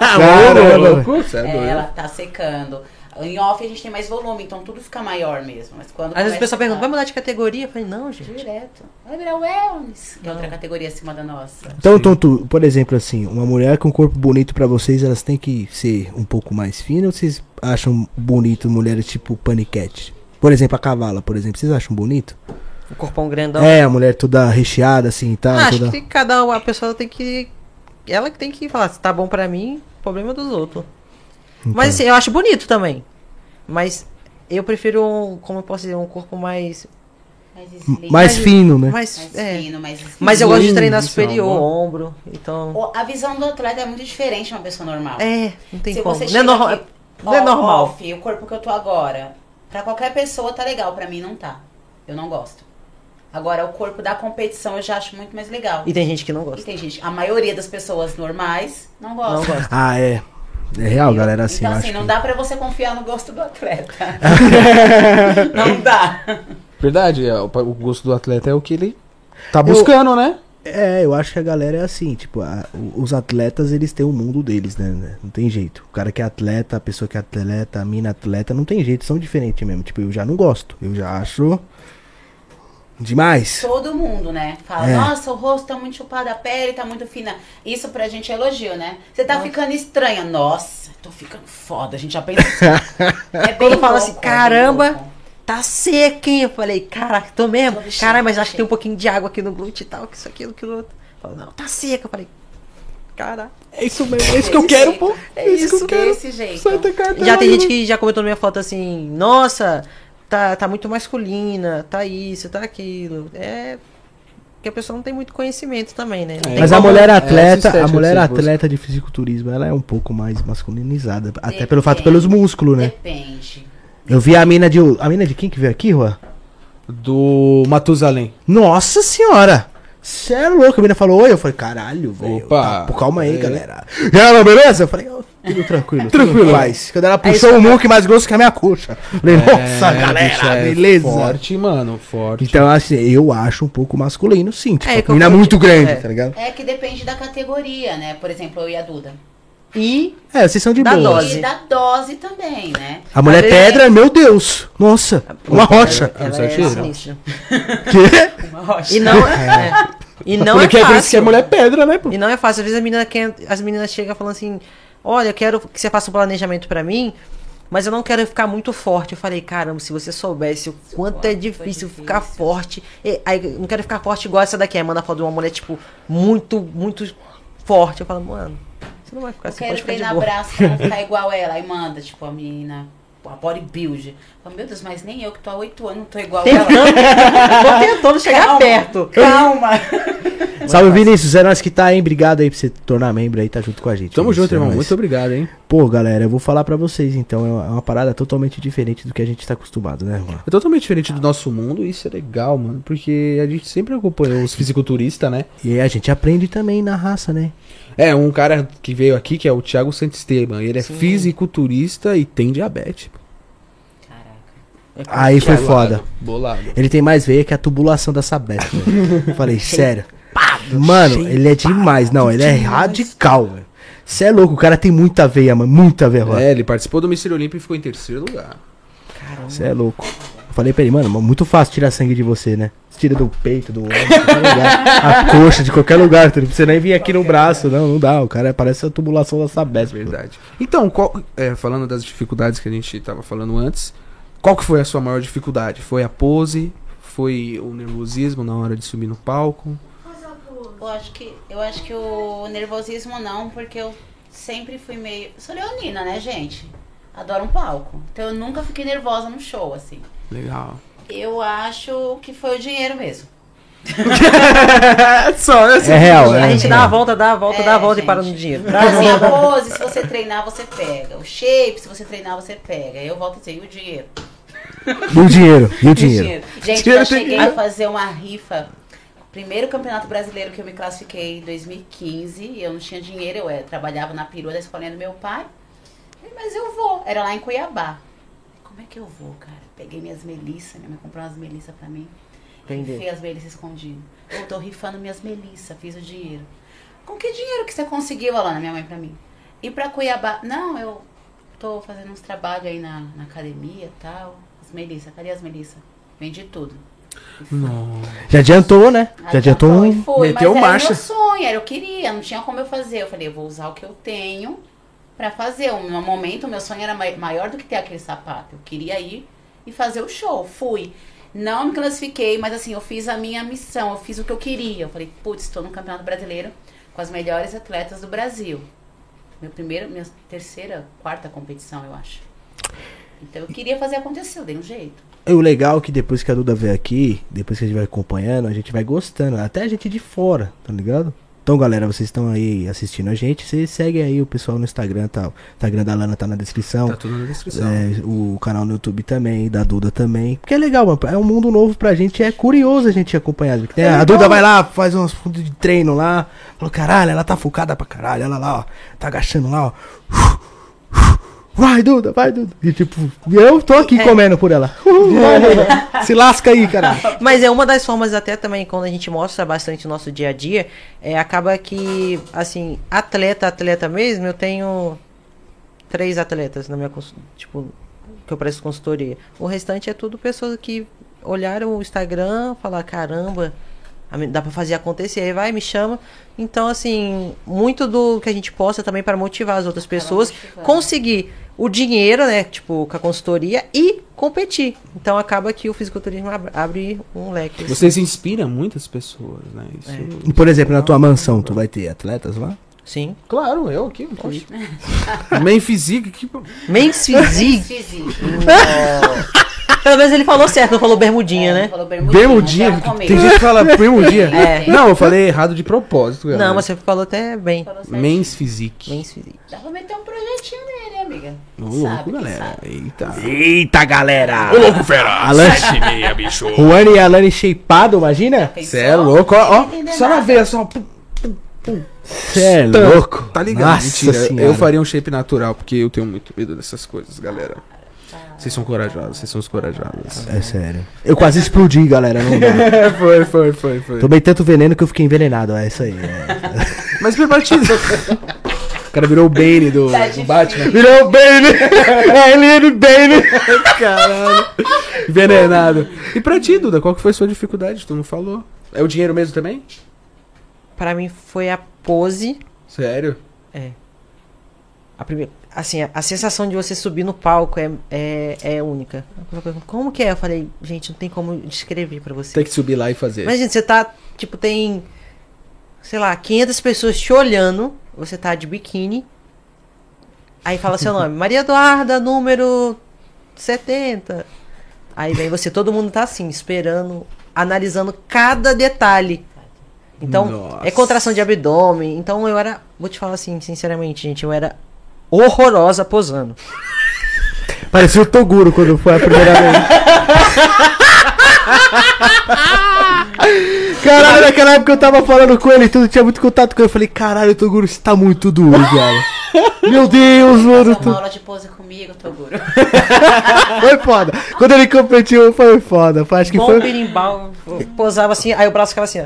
B: Ô,
A: Caramba,
B: louco, você é doido.
D: ela tá secando. Em off a gente tem mais volume, então tudo fica maior mesmo. Mas tá. quando
C: Às vezes
D: começa
C: o pessoal
D: a
C: pergunta, vai
D: ficar
C: mudar de categoria? Eu falei, não, gente.
D: Direto. Vai virar wellness. Que é outra
C: Não.
D: categoria acima da nossa.
A: Então, Tonto, por exemplo, assim, uma mulher com um corpo bonito pra vocês, elas têm que ser um pouco mais finas ou vocês acham bonito mulheres tipo paniquete? Por exemplo, a cavala, por exemplo, vocês acham bonito?
C: O corpão grandão.
A: É, a mulher toda recheada assim e tal.
B: Tá,
C: Ah, acho
A: toda...
C: que tem que cada uma, a pessoa tem que. Ela que tem que falar, se tá bom pra mim, problema dos outros.
A: então.
C: Mas assim, eu acho bonito também. Mas eu prefiro, um, como eu posso dizer, um corpo mais.
D: Mais,
A: M- Mais
D: slim,
A: fino, né?
C: mais,
D: mais
C: é.
D: fino, mais slim.
C: Mas eu gosto de
B: Sim,
C: treinar
B: isso é uma
C: superior,
B: boa.
C: ombro. Então.
D: O- A visão do atleta é muito diferente de uma pessoa normal.
C: É, não tem
D: Se
C: como.
D: você
C: Não é,
D: chega
C: norma-
D: aqui,
C: não é
D: ó,
C: normal.
D: off, o corpo que eu tô agora, pra qualquer pessoa tá legal, pra mim não tá. Eu não gosto. Agora, o corpo da competição eu já acho muito mais legal.
C: E tem gente que não
D: E
C: gosta.
D: tem gente, a maioria das pessoas normais não gosta.
C: Não gosta.
A: Ah, é. É real, galera, assim,
C: tá
D: então,
A: eu
D: assim,
A: acho.
D: não
C: um
A: que-
D: dá pra você confiar no gosto do atleta. não dá.
B: Verdade, é, o pa- o gosto do atleta é o que ele tá buscando, né?
A: É, eu acho que a galera é assim, tipo, a- o- os atletas, eles têm o mundo deles, né, né? Não tem jeito. O cara que é atleta, a pessoa que é atleta, a mina atleta, não tem jeito, são diferentes mesmo. Tipo, eu já não gosto. Eu já acho. Demais.
D: Todo mundo, né? Fala,
A: É.
D: nossa, o rosto tá muito chupado, a pele tá muito fina. Isso pra gente é elogio, né? Você tá ficando estranha. Nossa, tô ficando foda. A gente já pensa assim. É bem
C: Quando fala assim,
D: louco, é bem
C: caramba,
D: louco.
C: tá seca, hein? Eu falei, caraca, tô mesmo.
D: Tô vestido,
C: Caralho, mas acho que tem
D: cheio.
C: um pouquinho de água aqui no glúteo e tal, que isso, aquilo, aquilo outro. Falou, não, tá seca. Eu falei, caraca.
B: É isso mesmo, é isso que eu quero, pô. É isso que eu quero.
D: Desse jeito.
B: Santa Catarina.
C: Já tem gente que já comentou na minha foto assim, nossa, tá, tá muito masculina, tá isso, tá aquilo. É. Que a pessoa não tem muito conhecimento também, né? Não
B: É.
C: tem
A: Mas a
B: como-
A: mulher
B: é,
A: atleta,
B: essa estética
A: a
B: que
A: mulher
B: vocês buscam.
A: atleta de fisiculturismo, ela é um pouco mais masculinizada, até pelo
D: Depende.
A: fato pelos músculos, né?
D: Depende.
A: Eu vi a mina de a mina de quem que veio aqui, Juan?
B: Do Matusalém.
A: Nossa senhora! Cê é louco, a menina falou, oi, eu falei, caralho, velho.
B: Opa.
A: Tá, pô, calma aí,
B: É.
A: galera. E ela, beleza? Eu falei, "Ô, tudo tranquilo. tudo
B: Tranquilo.
A: em paz."
C: É
A: Quando ela puxou o muque mais grosso que a minha coxa. Eu Falei, nossa,
B: É,
A: galera,
B: bicho, é
A: beleza.
B: Forte, mano, forte.
A: Então, assim, eu acho um pouco masculino, sim. Tipo,
C: É,
A: a
C: que eu
A: menina é
C: falei,
A: muito grande,
C: é.
A: tá ligado?
D: É que depende da categoria, né? Por exemplo, eu e a Duda.
C: E
A: É, vocês são de
C: Da
A: boa.
C: dose.
D: E da dose também, né?
A: A mulher
C: Mas
A: pedra, meu Deus. Nossa, uma rocha.
B: Ah,
C: ela
B: você
C: é
B: atira?
C: sinistra.
A: Que?
D: Uma rocha.
C: E não é. E não é
B: Porque por isso que é
C: fácil.
B: mulher pedra, né, pô?
C: E não é fácil. Às vezes a menina quer, as meninas chegam falando assim: Olha, eu quero que você faça um planejamento pra mim, mas eu não quero ficar muito forte. Eu falei: Caramba, se você soubesse o quanto é difícil ficar forte. E, aí, eu não quero ficar forte igual essa daqui. Aí manda foto de uma mulher, tipo, muito, muito forte. Eu falo: Mano, você não vai ficar
D: Eu
C: assim, pode
D: quero
C: ficar de
D: treinar
C: boa.
D: braço pra não ficar igual ela. Aí manda, tipo, a menina, a bodybuilder. Fala, meu Deus, mas nem eu que tô há oito anos, não tô igual ela.
C: Tentando, tô tentando chegar
D: Calma,
C: perto.
D: Calma.
A: Salve, Vinícius. É nós que tá, hein? Obrigado aí pra você tornar membro aí, tá junto com a gente.
B: Tamo
A: Vinícius, é
B: junto, irmão.
A: nóis.
B: Muito obrigado, hein?
A: Pô, galera, eu vou falar pra vocês, então. É uma- é uma parada totalmente diferente do que a gente tá acostumado, né, Juan?
B: É totalmente diferente do nosso mundo, isso é legal, mano. Porque a gente sempre acompanhou os fisiculturistas, né?
A: E aí a gente aprende também na raça, né?
B: É, um cara que veio aqui, que é o Thiago Santisteban, ele é fisiculturista e tem diabetes. pô.
D: Caraca.
A: Aí foi
B: Bolado,
A: foda.
B: Bolado.
A: Ele tem mais veia que a tubulação da Sabesp, velho. Falei, sério. Mano, ele é demais. Não, ele é radical, velho. Você é louco, o cara tem muita veia, mano. Muita veia, Juan.
B: É, ele participou do Mistério Olímpico e ficou em terceiro lugar.
A: Você é louco. Eu falei pra ele, mano, muito fácil tirar sangue de você, né? Você tira do peito, do ombro, de qualquer lugar. A coxa, de qualquer lugar. Não precisa nem vir aqui no braço, não. Não dá. O cara parece a tubulação da Sabesp. pô.
B: Verdade. Então, qual- é, falando das dificuldades que a gente tava falando antes, qual que foi a sua maior dificuldade? Foi a pose? Foi o nervosismo na hora de subir no palco?
D: Eu acho que, eu acho que o nervosismo não, porque eu sempre fui meio... Sou leonina, né, gente? Adoro um palco. Então eu nunca fiquei nervosa num show, assim.
B: Legal.
D: Eu acho que foi o dinheiro mesmo.
B: Só essa
A: É real,
C: A
A: né?
C: gente dá a volta, dá a volta, dá a
D: É,
C: volta e
D: gente.
C: para no dinheiro.
D: Então, assim, a pose, se você treinar, você pega. O shape, se você treinar, você pega. Eu volto assim, e o dinheiro.
A: E o dinheiro, e o dinheiro.
D: Gente,
B: Dinheiro
D: eu
B: tem
D: cheguei
B: que-
D: a fazer uma rifa. Primeiro campeonato brasileiro que eu me classifiquei em 2015. Eu não tinha dinheiro, eu eh, trabalhava na perua da escolinha do meu pai. Falei, Mas eu vou. Era lá em Cuiabá. Como é que eu vou, cara? Peguei minhas melissas, minha mãe comprou umas melissas pra mim.
C: Vendeu.
D: Rifei as melissas escondidas. Eu tô rifando minhas melissas, fiz o dinheiro. Com que dinheiro que você conseguiu, Alana, minha mãe pra mim? E pra Cuiabá? Não, eu tô fazendo uns trabalhos aí na, na academia e tal. As melissas, cadê as melissas? Vendi tudo.
A: Já adiantou, né? Já adiantou
D: Adiantou
A: um.
D: e foi,
B: meteu
D: mas
B: marcha.
D: era meu sonho, era eu queria, não tinha como eu fazer. Eu falei, eu vou usar o que eu tenho pra fazer. Um- No momento, meu sonho era mai- maior do que ter aquele sapato. Eu queria ir e fazer o show. Fui. Não me classifiquei, mas assim, eu fiz a minha missão, eu fiz o que eu queria. Eu falei, putz, estou no Campeonato Brasileiro com as melhores atletas do Brasil. Meu primeiro, minha terceira, quarta competição, eu acho. Então eu queria fazer acontecer, eu dei um jeito.
A: E o legal é que depois que a Duda veio aqui, depois que a gente vai acompanhando, a gente vai gostando. Até a gente de fora, tá ligado? Então, galera, vocês estão aí assistindo a gente, vocês seguem aí o pessoal no Instagram, tá? O Instagram da Lana tá na descrição.
B: Tá tudo na descrição.
A: É, o canal no YouTube também, da Duda também. Porque é legal, mano. É um mundo novo pra gente. É curioso a gente acompanhar. Porque tem- a Duda vai lá, faz uns fundos de treino lá. Falou, caralho, ela tá focada pra caralho. Ela lá, ó. Tá agachando lá, ó. Vai, Duda, vai, Duda. E tipo, eu tô aqui comendo por ela. Vai, Duda. Se lasca aí, cara.
C: Mas é uma das formas até também, quando a gente mostra bastante o nosso dia a dia, é, acaba que, assim, atleta, atleta mesmo, eu tenho três atletas na minha, cons- tipo, que eu presto consultoria. O restante é tudo pessoas que olharam o Instagram, falar caramba, a men- dá pra fazer acontecer, aí vai, me chama. Então, assim, muito do que a gente posta também para motivar as outras pessoas
D: motivando.
C: conseguir o dinheiro, né, tipo, com a consultoria e competir. Então, acaba que o fisiculturismo ab- abre um leque. assim.
B: Você se inspira muitas pessoas, né? Isso.
A: E, Por exemplo, na tua mansão, tu vai ter atletas lá?
C: Sim.
B: Claro, eu aqui. Bem física, que.
C: Men's Physique.
D: Físico.
C: Pelo menos ele falou certo, não falou bermudinha, né?
D: Falou
B: Bermudinha.
D: bermudinha.
B: um Tem gente que fala bermudinha.
C: É.
B: Não, eu falei errado de propósito, galera.
C: Não, mas você falou até bem.
B: Men's Physique.
C: Men's Physique.
D: assim, Dá pra meter um projetinho nele, amiga.
B: Ô,
D: Quem
B: louco,
D: sabe, quem
B: galera.
D: sabe.
B: Eita.
A: Eita, galera!
E: Ô, louco, fera!
A: Alan-
E: Sete e meia, bicho!
A: Juan e Alane shapeado, imagina?
D: Pensou?
B: Cê é louco, ó.
D: Sem
B: ó
D: entender
B: só na
D: nada.
B: veia, só. pum,
A: Cê é
B: tam.
A: louco.
B: Tá ligado?
A: Nossa
B: Mentira.
A: senhora.
B: Eu faria um shape natural, porque eu tenho muito medo dessas coisas, galera. Vocês são corajosos, vocês são os corajosos.
A: É sério. Eu quase explodi, galera. Não dá.
B: É, foi, foi, foi, foi.
A: Tomei tanto veneno que eu fiquei envenenado. É isso aí. é.
B: Mas foi partido. O cara virou o Bane do,
D: Tá
B: do Batman.
A: Virou o Bane! É ele, Bane! Caralho.
B: Envenenado. E pra ti, Duda, qual que foi a sua dificuldade? Tu não falou. É o dinheiro mesmo também?
C: Pra mim foi a pose.
B: Sério?
C: A primeira, assim, a, a sensação de você subir no palco é, é, é única. Como que é? Eu falei, gente, não tem como descrever pra você.
B: Tem que subir lá e fazer.
C: Imagina, você tá, tipo, tem, sei lá, 500 pessoas te olhando, você tá de biquíni, aí fala seu nome, Maria Eduarda, número 70. Aí vem você, todo mundo tá assim, esperando, analisando cada detalhe. Então, é
B: Nossa.
C: contração de abdômen. Então eu era, vou te falar assim, sinceramente, gente, eu era horrorosa posando.
A: Parecia o Toguro quando foi a primeira vez. Caralho, naquela época eu tava falando com ele e tudo, tinha muito contato com ele. Eu falei, caralho, Toguro, você tá muito duro, cara. Meu Deus, mano.
D: Faça uma
A: Tu...
D: aula de pose comigo, Toguro.
A: Foi foda. Quando ele competiu, foi foda. Foi- Acho que
C: Bom
A: foi.
C: birimbau, eu posava assim, aí o braço ficava assim, ó.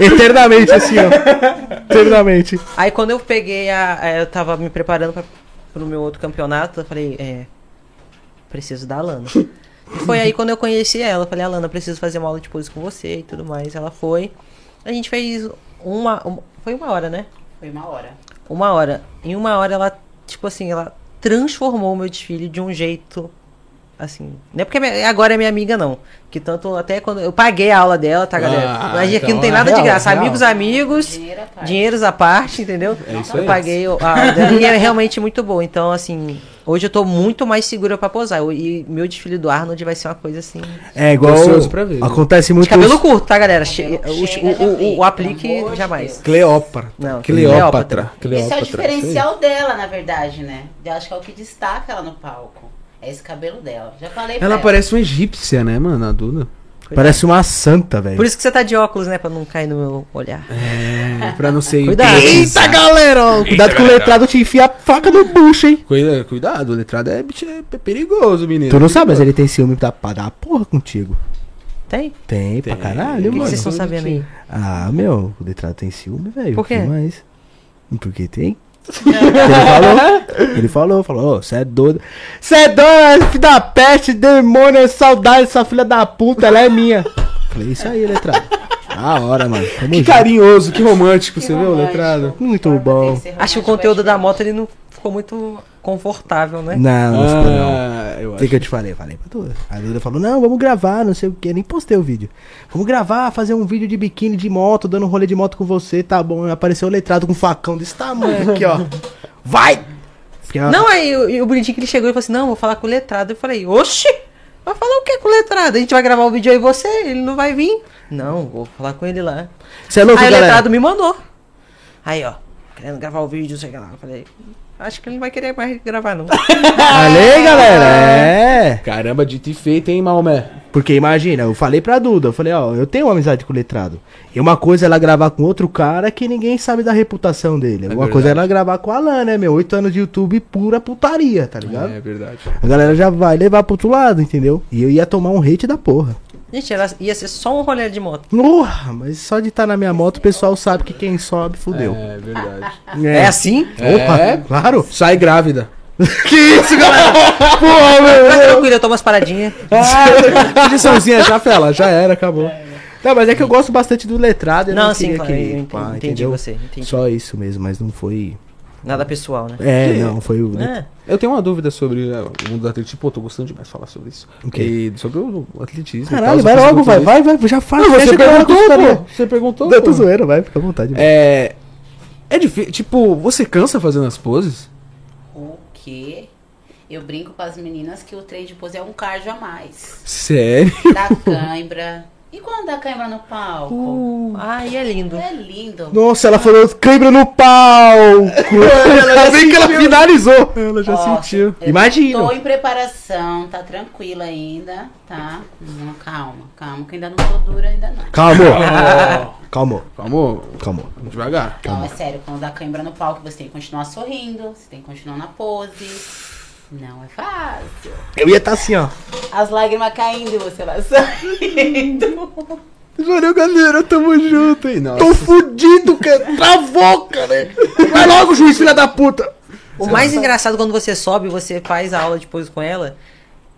A: Eternamente, assim, ó. Eternamente.
C: Aí quando eu peguei a. a- Eu tava me preparando pra, pro meu outro campeonato, eu falei, é. Preciso da Alana. E foi aí quando eu conheci ela. Eu falei, Alana, preciso fazer uma aula de pose com você e tudo mais. Ela foi. A gente fez uma. um- foi uma hora, né?
D: Foi uma hora.
C: Uma hora. Em uma hora ela, tipo assim, ela transformou o meu desfile de um jeito. Assim, não é porque é minha- agora é minha amiga, não. Que tanto até quando. Eu paguei a aula dela, tá, galera?
B: Ah,
C: Mas aqui
B: então
C: não tem
B: é
C: nada de
B: real,
C: graça.
B: é real.
C: amigos, amigos.
D: Dinheiro à parte.
C: Dinheiros à parte, entendeu?
B: É isso
C: eu
B: aí.
C: paguei o- a aula dela e é realmente muito bom. Então, assim, hoje eu tô muito mais segura pra posar. Eu- E meu desfile do Arnold vai ser uma coisa assim. De
A: É igual.
B: Ansioso pra ver. né?
A: Acontece muito.
C: cabelo curto, tá, galera? Che-
D: Cabelo
C: o-
D: chega,
C: o,
D: já
C: o-
D: vi,
C: o aplique
D: pelo amor de
C: jamais.
D: Deus.
B: Cleópatra.
C: Não,
B: Cleópatra.
D: Esse é o
B: Cleópatra.
D: diferencial dela, na verdade, né? Eu acho que é o que destaca ela no palco. É esse cabelo dela. Já falei pra
B: Ela parece uma egípcia, né, mano? A Duda.
A: Parece uma santa,
C: Por
A: velho.
C: isso que você tá de óculos, né? Pra não cair no meu olhar.
B: É, pra não ser.
C: Cuidado.
A: Eita, galera! ó, Cuidado
E: Eita,
A: com o
E: galera.
A: letrado te enfia a faca no bucho, hein?
B: Cuida- Cuidado, o letrado é, bicho, é perigoso, menino.
A: Tu não sabe, mas ele tem ciúme da, da porra contigo.
C: Tem?
A: Tem,
B: Tem.
A: pra caralho,
B: O que
C: O que
A: mano.
C: vocês estão sabendo aí?
A: Ah, meu, o letrado tem ciúme, velho.
C: Por quê?
A: Mas. Porque tem. ele falou, ele falou, falou, ô, cê é doido. Cê é doido, filho da peste, demônio, saudade dessa filha da puta, ela é minha. Falei, isso aí, letrado. Da hora, mano. Tamo
B: Que
A: junto.
B: carinhoso, que romântico, você viu,
D: romântico.
B: letrado?
A: Muito
D: Forma um tem
A: bom.
D: ser
C: Acho que o
D: romântico,
C: conteúdo
D: é
C: da
D: diferente.
C: moto ele não ficou muito confortável, né?
A: Não, não ficou não.
B: Ah, eu
A: O
B: acho.
A: que, que eu te falei? Eu falei pra Duda. A Duda falou: não, vamos gravar, não sei o que. Nem postei o vídeo. Vamos gravar, fazer um vídeo de biquíni de moto, dando um rolê de moto com você, tá bom. Apareceu o letrado com um facão desse tamanho aqui, ó. Vai! Porque ela-
C: Não, aí o, e o bonitinho que ele chegou e falou assim: não, vou falar com o letrado. Eu falei: oxi, vai falar o que com o letrado? A gente vai gravar o vídeo aí você, ele não vai vir. Não, vou falar com ele lá.
A: Você é louco,
C: aí o
A: galera?
C: letrado me mandou. Aí, ó, querendo gravar o vídeo, não sei o que lá. Eu falei: acho que ele não vai querer mais gravar, não.
A: Falei, galera. É.
B: Caramba, dito e feito, hein, Maomé?
A: Porque imagina, eu falei pra Duda, eu falei, ó, eu tenho uma amizade com o letrado. E uma coisa é ela gravar com outro cara que ninguém sabe da reputação dele. Uma coisa é ela gravar com a Alan, né, meu? Oito anos de YouTube pura putaria, tá ligado?
B: É verdade.
A: A galera já vai levar pro outro lado, entendeu? E eu ia tomar um hate da porra.
C: gente, era, ia ser só um rolê de moto.
A: Porra, mas só de estar na minha moto, o pessoal sabe que quem sobe, fudeu.
B: É verdade.
C: É, assim?
A: Opa,
B: É.
A: claro.
B: Sai grávida.
A: Que isso, galera? Porra,
C: Mas
A: meu.
C: tranquilo, eu tomo umas paradinhas.
A: Ah, ediçãozinha já, fela, já era, acabou. Não, mas é que eu gosto bastante do letrado. Eu não,
C: Não,
A: não
C: sim,
A: queria
C: claro,
A: que-
C: eu entendi-
A: pá,
C: entendi
A: entendeu?
C: você, entendi.
A: Só isso mesmo, mas não foi.
C: Nada pessoal, né?
A: É, não, foi o.
C: É.
B: Eu tenho uma dúvida sobre é, o mundo do atletismo. Pô, tô gostando demais de falar sobre isso.
A: O quê?
B: E sobre o o atletismo. e tal,
A: Caralho,
B: os
A: vai logo, vai,
B: fisiculturistas.
A: vai, vai, já fala.
B: Não,
A: fecha
B: você
A: que eu vou
B: perguntou,
A: consultoria.
B: pô. Você perguntou.
A: Não, eu tô
B: pô.
A: zoeiro, vai, fica à vontade. mano.
B: É. É difícil. Tipo, você cansa fazendo as poses?
D: O quê? Eu brinco com as meninas que o trem de pose é um cardio a mais.
B: Sério?
D: Dá cãibra. E quando dá cãibra no palco?
B: Uh.
C: Ai, é lindo.
D: É lindo.
A: Nossa, ela falou cãibra no palco. Ainda bem que ela finalizou.
B: Ela já
D: Nossa,
B: sentiu.
D: eu
A: Imagino.
D: Tô em preparação, tá tranquila ainda, tá? Não, calma, calma, que ainda não tô dura ainda não.
A: Calmou. Calmou,
B: Calma,
A: calmou.
B: devagar.
D: Não, é sério, quando dá câimbra no palco, você tem que continuar sorrindo, você tem que continuar na pose. Não é fácil.
A: Eu ia estar assim, ó.
D: As lágrimas caindo e você lá sorrindo.
B: Valeu, galera. Tamo junto. E nossa.
A: Tô fudido, cara. Travou, cara. né? Vai logo, juiz, filha da puta.
C: O mais engraçado quando você sobe, você faz a aula depois com ela,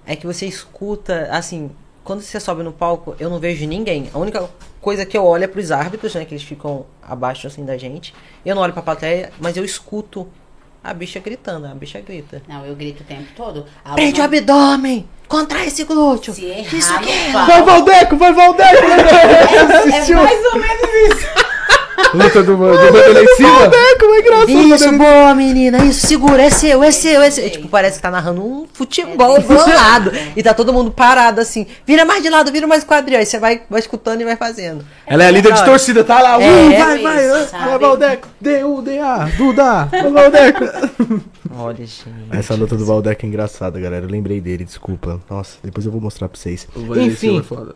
C: é que você escuta, assim, quando você sobe no palco, eu não vejo ninguém. A única coisa que eu olho é pros árbitros, né, que eles ficam abaixo, assim, da gente. Eu não olho pra plateia, mas eu escuto a bicha gritando, a bicha grita.
D: Não, eu grito o tempo todo. A
C: Prende o
D: aluna
C: abdômen! Contrai esse glúteo!
D: se errar
C: Isso aqui!
D: no
A: Vai,
D: palco.
A: Valdeco, vai, Valdeco.
D: É mais ou menos isso.
B: Luta do mano. Luta lá em cima.
A: Valdeco, é engraçado.
C: Isso, boa menina, isso, segura, é seu, é seu, é seu. Tipo, parece que tá narrando um futebol bolado. E tá todo mundo parado assim. Vira mais de lado, vira mais quadril. Aí você vai, vai escutando e vai fazendo.
B: Ela é a líder de torcida, tá lá.
C: É,
B: uh,
C: é
B: vai,
D: isso,
B: vai. uh,
D: sabe?
B: Vai, Valdeco. D-U-D-A. Duda. Vai, Valdeco.
C: Olha, gente.
A: Essa luta do Valdeco é engraçada, galera. Eu lembrei dele, desculpa. Nossa, depois eu vou mostrar pra vocês.
B: O Vanderlei Silva é
A: Enfim.
B: foda.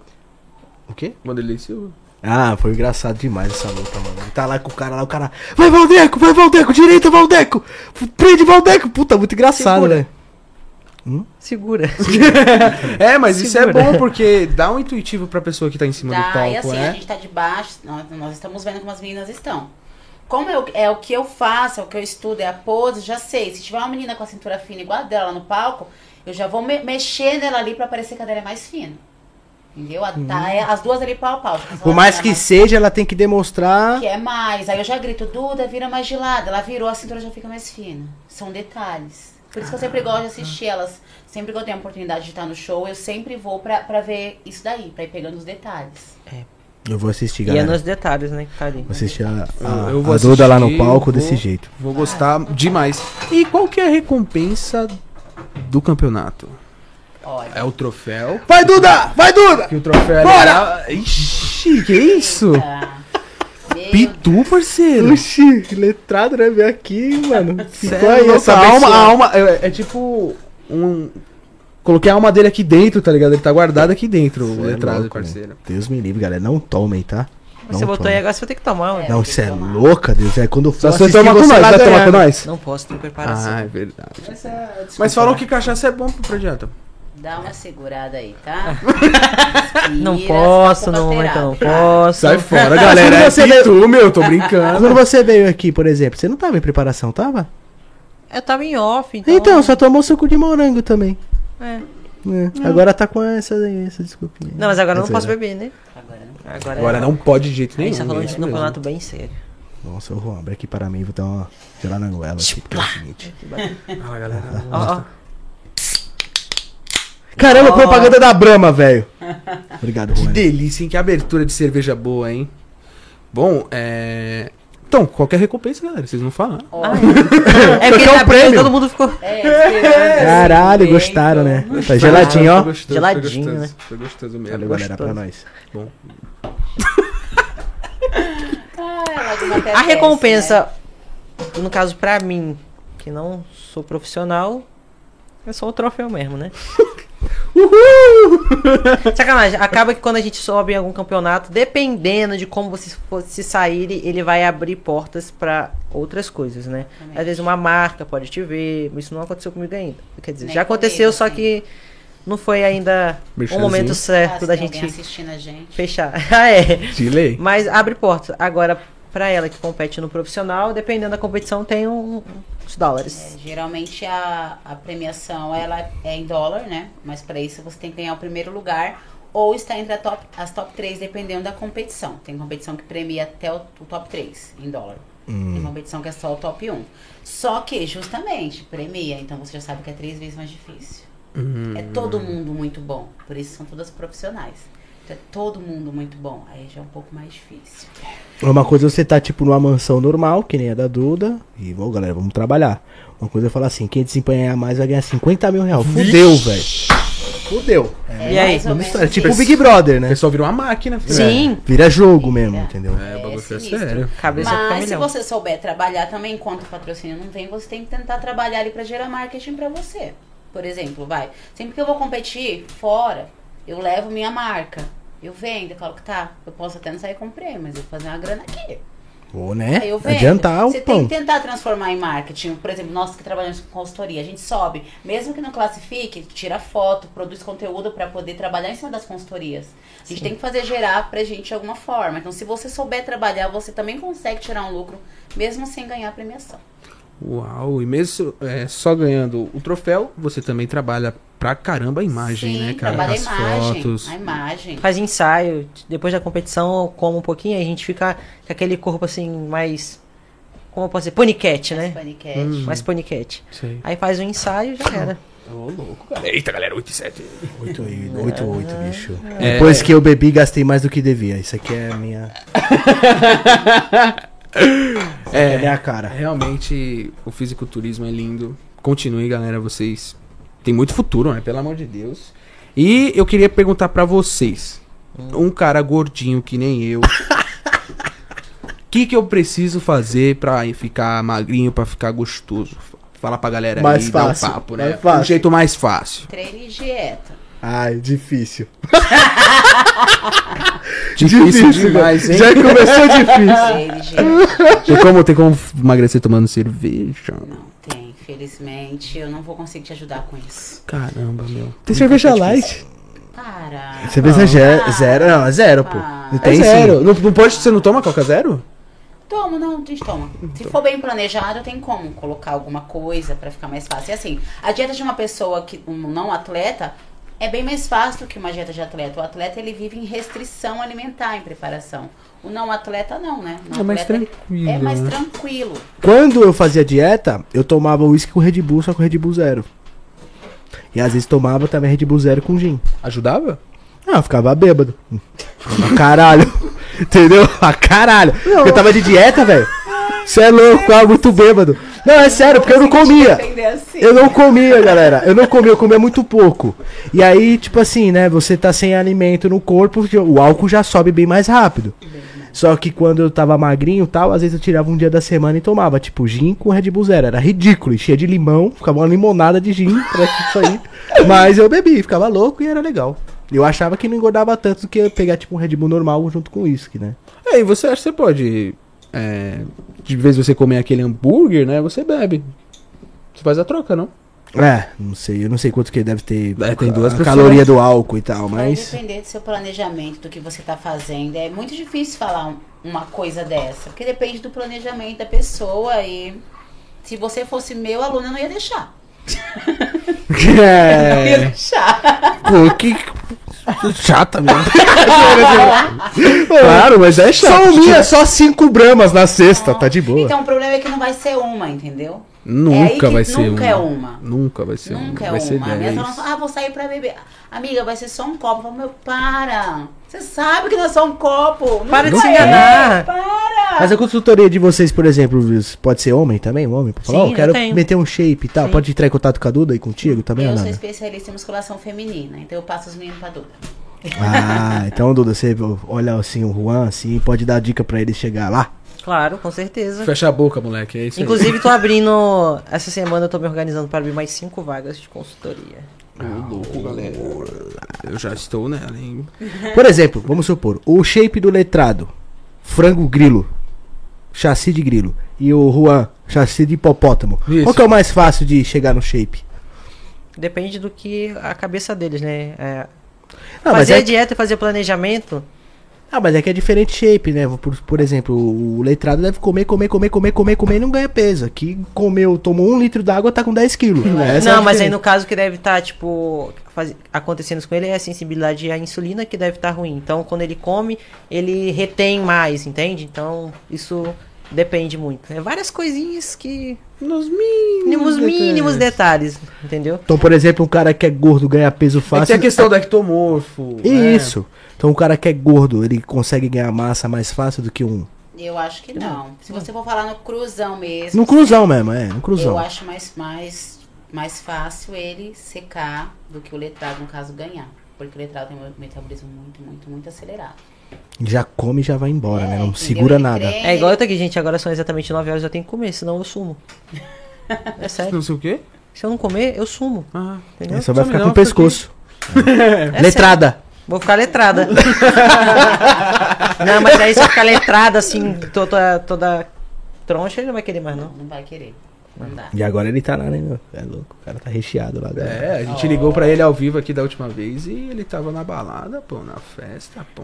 A: O quê?
B: Vanderlei Silva.
A: Ah, foi engraçado demais essa luta, mano. Ele tá lá com o cara lá, o cara. Vai, Valdeco, vai, Valdeco, direita, Valdeco! Prende Valdeco! Puta, muito engraçado,
C: Segura.
A: né?
C: Segura.
B: É, mas isso é
C: Segura.
B: bom porque dá um intuitivo pra pessoa que tá em cima do
D: Tá,
B: palco,
D: e assim, a
B: né?
D: gente tá debaixo, nós, nós estamos vendo como as meninas estão. Como eu- é o que eu faço, é o que eu estudo, é a pose, já sei. Se tiver uma menina com a cintura fina igual a dela no palco, eu já vou me- mexer nela ali pra parecer que a dela é mais fina. Entendeu? A-
B: Uhum.
D: tá, é- as duas ali pau a pau.
A: Por mais que seja, ela tem que demonstrar.
D: Que é mais. Aí eu já grito, Duda, vira mais de lado. Ela virou, a cintura já fica mais fina. São detalhes. Por isso que eu sempre gosto de
B: Ah, tá.
D: assistir elas. Sempre que eu tenho a oportunidade de estar no show, eu sempre vou pra, pra ver isso daí, pra ir pegando os detalhes.
A: Eu vou assistir,
C: E é
A: galera.
C: nos detalhes, né, que tá ali.
A: Vou assistir a, a,
B: Eu vou
A: a Duda lá no
B: assistir,
A: palco
B: vou-
A: desse jeito.
B: Vou gostar demais. E qual que é a recompensa do campeonato?
D: Olha.
B: É o troféu.
A: Vai, Duda! Vai, Duda!
B: Que o troféu é
A: Bora!
B: legal. Ixi, que isso?
D: Ah, meu
B: Pitu, parceiro.
A: Oxi, que letrado, né? Vem aqui, mano.
B: Cê
A: Ficou
B: é
A: aí
B: louco,
A: essa
B: a alma, a
A: alma.
B: alma é, é tipo um. Coloquei a alma dele aqui dentro, tá ligado? Ele tá guardado aqui dentro,
A: é
B: o letrado, parceiro.
A: Deus me livre, galera. Não tomem, tá?
C: Você botou aí, agora você vai ter que tomar, ué.
A: Não, você é louca, Deus. É quando eu for
B: Só se você
A: assistir,
B: tomar com
A: você
B: nós,
A: vai
B: vai tomar
A: ganhar.
B: com nós?
C: Não posso, tenho preparação.
B: Ah, é verdade. Mas falam que cachaça é bom pro projeto.
D: Dá uma segurada aí, tá?
C: não
D: Respira,
C: posso,
D: fica
C: não,
D: com a
C: é que eu não
D: terapia.
C: posso.
B: Sai fora, galera.
A: Quando
B: É
A: você
B: pitu, meu, tô brincando.
A: Quando você veio aqui, por exemplo, você não tava em preparação, tava?
C: Eu tava em off, então.
A: Então, só tomou suco de morango também.
C: É.
A: É, Agora tá com essa, essa desculpinha. é.
C: Não, mas agora eu não
A: Quer
C: posso
A: dizer,
C: beber, né?
D: Agora não.
C: Agora, é.
B: Agora não pode de jeito
C: A
B: nenhum. né?
C: gente tá falando
B: isso
C: de um
B: mesmo.
C: campeonato bem sério.
A: Nossa, eu vou abrir aqui para mim, vou dar uma gelada na goela aqui, porque é o seguinte.
B: Fala, galera.
C: Ó, ó.
A: Caramba, propaganda da Brahma, velho. Obrigado,
B: Que
A: Juan.
B: delícia, hein? Que abertura de cerveja boa, hein? Bom, é. Então, qualquer recompensa, galera, vocês não falaram.
C: É porque
A: Trocar o
C: ele tá bebendo,
A: prêmio.
C: todo mundo ficou.
D: É, esperando
A: Caralho,
D: esse
A: gostaram, né?
D: momento.
A: Tá geladinho, ó.
C: Geladinho,
B: gostoso,
C: né?
B: Foi gostoso mesmo.
A: Valeu, galera, pra nós.
B: Bom,
D: Ah, ela tem até
C: A
D: teste, né?
C: recompensa, no caso pra mim, que não sou profissional, é só o troféu mesmo, né? Sacanagem, acaba que quando a gente sobe em algum campeonato, dependendo de como você for se sair, ele vai abrir portas pra outras coisas, né? Às vezes uma marca pode te ver, isso não aconteceu comigo ainda. Quer dizer,
D: Nem
C: já aconteceu,
D: comigo,
C: só
D: sim.
C: que não foi ainda o
B: Merchanzinho.
C: momento
D: Ah,
C: certo
D: se
C: da
D: tem alguém
C: gente
D: assistindo a gente.
C: fechar. ah, é.
B: Chile.
C: Mas abre porta. Agora, Pra ela que compete no profissional, dependendo da competição, tem um- uns dólares.
D: É, Geralmente a, a premiação ela é em dólar, né? Mas para isso você tem que ganhar o primeiro lugar ou estar entre a top, as top 3, dependendo da competição. Tem competição que premia até o, o top 3 em dólar.
A: Hum.
D: Tem competição que é só o top 1. Só que, justamente, premia. Então você já sabe que é três vezes mais difícil.
C: Hum.
D: É todo mundo muito bom. Por isso são todas profissionais. Então é todo mundo muito bom. Aí já é um pouco mais difícil.
A: Uma coisa você tá, tipo, numa mansão normal, que nem a da Duda, e, ô, galera, vamos trabalhar. Uma coisa é falar assim, quem desempenhar mais vai ganhar 50 mil reais. Fudeu, velho. Fudeu. É,
C: E aí?
D: mais ou
A: uma
D: menos
A: história, tipo o
D: isso.
A: Big Brother,
B: O
A: né?
B: pessoal virou uma máquina.
D: É.
B: filho.
C: Sim.
A: Vira jogo mesmo, entendeu?
B: É, o bagulho foi
D: sinistro.
B: sério.
C: Cabeça fica um
D: Mas se
C: milhão.
D: você souber trabalhar também enquanto o patrocínio não tem, você tem que tentar trabalhar ali pra gerar marketing pra você. Por exemplo, vai. Sempre que eu vou competir fora, eu levo minha marca. Eu vendo, eu falo que tá, eu posso até não sair com prêmio, mas eu vou fazer uma grana aqui.
A: Ou, né?
D: Aí eu vendo.
A: Adiantar o
D: Você tem
A: pão.
D: que tentar transformar em marketing. Por exemplo, nós que trabalhamos com consultoria, a gente sobe. Mesmo que não classifique, tira foto, produz conteúdo pra poder trabalhar em cima das consultorias. A gente tem que fazer gerar pra gente de alguma forma. Então, se você souber trabalhar, você também consegue tirar um lucro, mesmo sem ganhar a premiação.
B: Uau, e mesmo é, só ganhando o troféu, você também trabalha pra caramba a imagem,
D: Sim,
B: né, cara?
D: Trabalha
B: As
D: a imagem.
B: fotos.
D: A imagem.
C: Faz ensaio, depois da competição eu como um pouquinho, aí a gente fica com aquele corpo assim, mais. Como eu posso dizer? Paniquete,
D: Faz
C: né?
D: paniquete.
B: Hum.
C: Mais paniquete.
B: Sei.
C: Aí faz o ensaio e já era.
D: Uhum.
E: Eita, galera, 8 e 7.
A: 8, 8, 8, bicho. Depois que eu bebi, gastei mais do que devia. Isso aqui é a minha. é a minha cara.
B: Realmente, o fisiculturismo é lindo. Continuem, galera, vocês têm muito futuro, né? Pelo amor de Deus. E eu queria perguntar pra vocês,
A: Hum.
B: um cara gordinho que nem eu, o que que eu preciso fazer pra ficar magrinho, pra ficar gostoso? Fala pra galera
A: Mais
B: aí, dá um
A: fácil,
B: papo,
A: mais
B: né?
A: fácil.
B: Um jeito mais fácil.
D: Treino e dieta.
A: Ai, difícil.
B: Difícil demais, hein?
A: Já começou difícil.
D: Treino e dieta.
B: Tem como, tem como emagrecer tomando cerveja?
D: Não tem, infelizmente. Eu não vou conseguir te ajudar com isso.
B: Caramba, meu.
A: Tem cerveja light.
D: Para.
A: Cerveja ge- zero. Não, é zero, pô.
D: Ah.
A: Não
B: É
A: tem
B: zero.
A: zero.
B: Não, não pode, você não toma Coca Zero?
D: Toma, não, a gente toma. Se for bem planejado, tem como colocar alguma coisa pra ficar mais fácil. E assim, a dieta de uma pessoa que um não atleta é bem mais fácil do que uma dieta de atleta. O atleta ele vive em restrição alimentar, em preparação. O não atleta não, né? O não
B: É mais
D: atleta, ele
B: tranquilo,
D: É mais
B: né?
D: tranquilo.
A: Quando eu fazia dieta, eu tomava uísque com Red Bull, só com Red Bull zero. E às vezes tomava também Red Bull zero com gin.
B: Ajudava?
A: Ah, eu ficava bêbado. Pra caralho. Entendeu? Pra caralho. Porque eu tava de dieta, velho. Você é louco, eu tava muito bêbado. Não, é sério, porque eu não comia.
D: Entender assim.
A: Eu não comia, galera. Eu não comia, eu comia muito pouco. E aí, tipo assim, né? Você tá sem alimento no corpo, o álcool já sobe bem mais rápido. Só que quando eu tava magrinho e tal, às vezes eu tirava um dia da semana e tomava, tipo, gin com Red Bull Zero. Era ridículo, enchia de limão, ficava uma limonada de gin, era isso aí. Mas eu bebi, ficava louco e era legal. Eu achava que não engordava tanto do que eu pegar, tipo, um Red Bull normal junto com uísque, né?
B: É, e você acha que você pode. É, de vez você comer aquele hambúrguer, né? Você bebe. Você faz a troca, não?
A: É, não sei, eu não sei quanto que deve ter
B: É, tem duas
A: a
B: pessoas.
A: caloria do álcool e tal,
D: Vai
A: mas.
D: depender do seu planejamento, do que você tá fazendo. É muito difícil falar um- uma coisa dessa, porque depende do planejamento da pessoa e se você fosse meu aluno, eu não ia deixar. Eu não ia
A: É.
D: deixar.
A: Pô, que. Chata mesmo.
B: É.
A: claro, mas é chato.
B: um
A: São minhas só cinco bramas na sexta, tá de boa.
D: Então o problema é que não vai ser uma, entendeu? é aí
B: Nunca
D: que
B: vai ser
D: nunca
B: uma.
D: é uma.
B: Nunca vai ser
D: Nunca
B: uma.
D: é
B: vai ser
D: uma. A minha
B: dez.
D: fala, ah, vou sair pra beber. Amiga, vai ser só um copo. Eu falo, meu, para. Você sabe que não é só um copo.
C: Para de
D: Nunca
C: se
D: é.
C: enganar.
D: Para.
A: Mas a consultoria de vocês, por exemplo, Luiz, pode ser homem também? Um homem? Pra falar,
C: Sim,
A: ó, eu
C: eu
A: quero
C: tenho.
A: meter um shape e tal. Pode entrar em contato com a Duda e contigo também,
D: Eu sou
A: Alana?
D: especialista em musculação feminina, então eu passo os meninos pra Duda.
A: Ah, então, Duda, você olha assim o Juan, assim, pode dar dica pra ele chegar lá.
C: Claro, com certeza.
B: Fecha a boca, moleque. É isso aí.
C: Inclusive, tô abrindo. Essa semana eu tô me organizando para abrir mais cinco vagas de consultoria.
B: Ô, louco, galera. Eu já estou nela, hein?
A: Por exemplo, vamos supor, o shape do letrado, frango grilo, chassi de grilo, e o Juan, chassi de hipopótamo.
B: Isso.
A: Qual que é o mais fácil de chegar no shape?
C: Depende do que a cabeça deles, né? É,
A: Ah, mas
C: fazer
A: é-
C: dieta e fazer planejamento
A: Ah, mas é que é diferente shape, né? Por, por exemplo, o letrado deve comer, comer, comer, comer, comer, comer e não ganha peso. Aqui comeu, tomou um litro d'água, tá com 10 quilos. Essa é a
C: não, mas aí
A: diferença.
C: no caso que deve estar, tipo, faz- acontecendo com ele é a sensibilidade à insulina que deve estar ruim. Então, quando ele come, ele retém mais, entende? Então, isso depende muito. É várias coisinhas que.
B: Nos
A: Hum,
B: mínimos.
C: Nos mínimos detalhes, entendeu?
A: Então, por exemplo, um cara que é gordo ganha peso
B: É que
A: fácil.
B: tem a questão do ectomorfo. né?
A: Isso. Então, um cara que é gordo, ele consegue ganhar massa mais fácil do que um.
D: Eu acho que não. Se você for falar no cruzão mesmo,
A: No cruzão mesmo, é, no cruzão.
D: eu acho mais, mais, mais fácil ele secar do que o letrado, no caso, ganhar. Porque o letrado tem um metabolismo muito, muito, muito acelerado.
A: Já come e já vai embora, né? Não
D: É, entendeu?
A: segura
D: Ele
A: nada.
D: treina,
C: É igual eu tô aqui, gente. Agora são exatamente 9 horas, eu tenho que comer, senão eu sumo. É sério.
A: Hum.
B: Não sei o quê.
C: Se eu não comer, eu sumo.
B: Ah.
A: Aí
C: Entendeu?
A: só vai
B: Só
A: ficar
B: melhor
A: com o
B: porque-
A: pescoço.
C: É
A: Letrada.
C: Vou ficar letrada. não, mas aí se eu ficar letrada assim, toda, toda troncha, ele não vai querer mais, não.
D: Não vai querer. Não dá.
A: E agora ele tá lá, né? meu? É louco, o cara tá recheado lá. galera.
B: É, a gente ligou pra ele ao vivo aqui da última vez e ele tava na balada, pô, na festa, pô.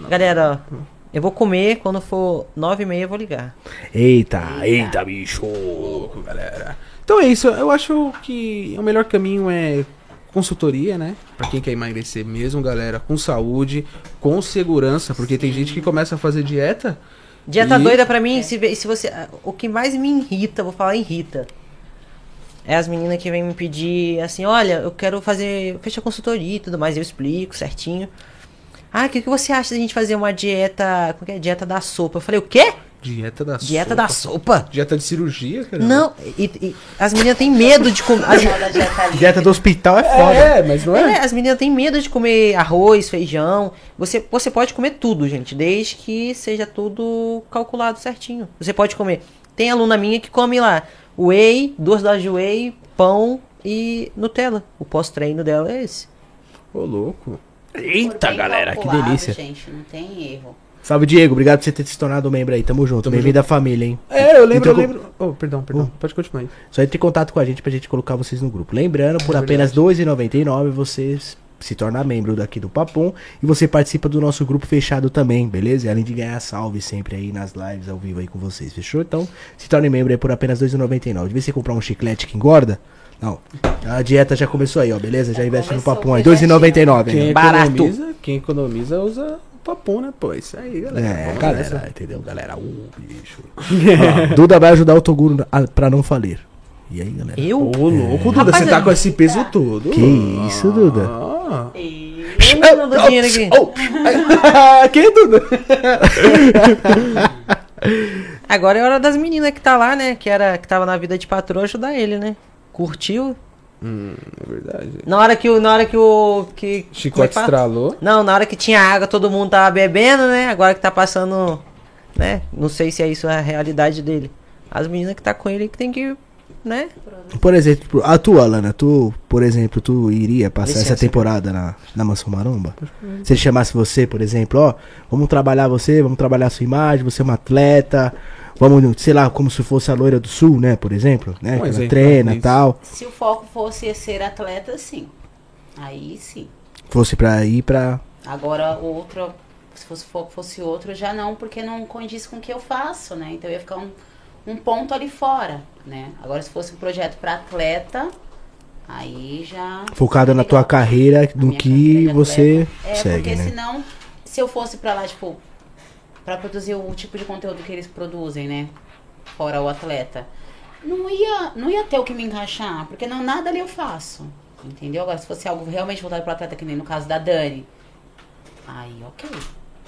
B: na-
C: Galera, ó, eu vou comer quando for nove e meia, eu vou ligar.
A: Eita, eita, bicho.
B: Louco, galera. Então é isso, eu acho que o melhor caminho é consultoria, né? Pra quem quer emagrecer mesmo, galera, com saúde, com segurança, porque tem gente que começa a fazer dieta. E-
C: Dieta doida pra mim, se, vê- se você. ah, O que mais me irrita, vou falar irrita. É as meninas que vêm me pedir assim, olha, eu quero fazer. Fecha a consultoria e tudo mais, eu explico certinho. Ah, o que, que você acha da gente fazer uma dieta. Como que é? Dieta da sopa? Eu falei, o quê?
B: Dieta da
C: Dieta
B: sopa.
C: da sopa?
B: Dieta de cirurgia, cara?
C: Não, e, e as meninas têm medo de comer. As,
D: Fala da dieta livre.
A: Dieta do hospital é foda.
B: É, mas não é?
C: É, as meninas têm medo de comer arroz, feijão. Você, você pode comer tudo, gente, desde que seja tudo calculado certinho. Você pode comer. Tem aluna minha que come lá whey, duas doses de whey, pão e Nutella. O pós-treino dela é esse.
B: Ô, louco.
D: For
E: Eita,
D: bem
E: galera, que
D: calculado,
E: delícia.
D: Gente, não tem erro.
A: Salve, Diego. Obrigado por você ter se tornado um membro aí. Tamo junto. Bem-vindo à família, hein?
B: É, eu lembro,
A: Então,
B: eu lembro. Oh, perdão, perdão. Pode continuar aí.
A: Só entre em contato com a gente pra gente colocar vocês no grupo. Lembrando, por apenas R$ 2,99 você se torna membro daqui do Papum e você participa do nosso grupo fechado também, beleza? E Além de ganhar salve sempre aí nas lives ao vivo aí com vocês, fechou? Então, se torne membro aí por apenas R$ 2,99. Devia você comprar um chiclete que engorda? Não. A dieta já começou aí, ó, beleza? Já investe no
D: começou
A: Papum aí.
D: o
B: Quem
A: 2,99. né?
B: economiza, quem economiza usa o papum, né? Pô, isso aí, galera.
A: É,
B: Vamos nessa.
A: galera, entendeu? Galera, uh, bicho. Ó, Duda vai ajudar o Toguro a- pra não falir. E aí, galera?
C: Eu?
B: Ô, louco, Duda,
C: Rapaz,
B: você tá
C: eu-
B: com esse peso todo.
A: Que isso, Duda?
B: Ah.
D: E
C: Eu não dou dinheiro aqui.
B: Oh, oh. que Duda?
C: Agora é hora das meninas que tá lá, né? Que, era, que tava na vida de patroa ajudar ele, né? Curtiu?
B: É verdade.
C: Na hora que o. Na hora que o. Que, como é que
B: Chicote
C: fala?
B: estralou.
C: Não, na hora que tinha água, todo mundo tava bebendo, né? Agora que tá passando, né? Não sei se é isso a realidade dele. As meninas que tá com ele que tem que, né?
A: Por exemplo, tipo, a tua, Lana, tu, por exemplo, tu iria passar
C: Licença.
A: essa temporada na, na Mansão Maromba? Se ele chamasse você, por exemplo, ó, vamos trabalhar você, vamos trabalhar a sua imagem, você é uma atleta, vamos, sei lá, como se fosse a loira do sul, né, por exemplo, né,
B: Um
A: que ela
B: exemplo,
A: treina e
B: isso.
A: tal,
D: se o foco fosse ser atleta, sim. Aí sim.
A: fosse pra ir pra...
D: Agora, outro, se fosse foco fosse outro, já não, porque não condiz com o que eu faço, né? Então ia ficar um, um ponto ali fora, né? Agora, se fosse um projeto para atleta, aí já.
A: Focada na tua carreira,
D: Na
A: no
D: minha carreira
A: que
D: de
A: você
D: atleta. É,
A: segue,
D: porque
A: né?
D: senão, se eu fosse pra lá, tipo, pra produzir o tipo de conteúdo que eles produzem, né? Fora o atleta. Não ia, não ia ter o que me encaixar, porque não, nada ali eu faço. Entendeu? Agora, se fosse algo realmente voltado pro atleta, que nem no caso da Dani. Aí, ok.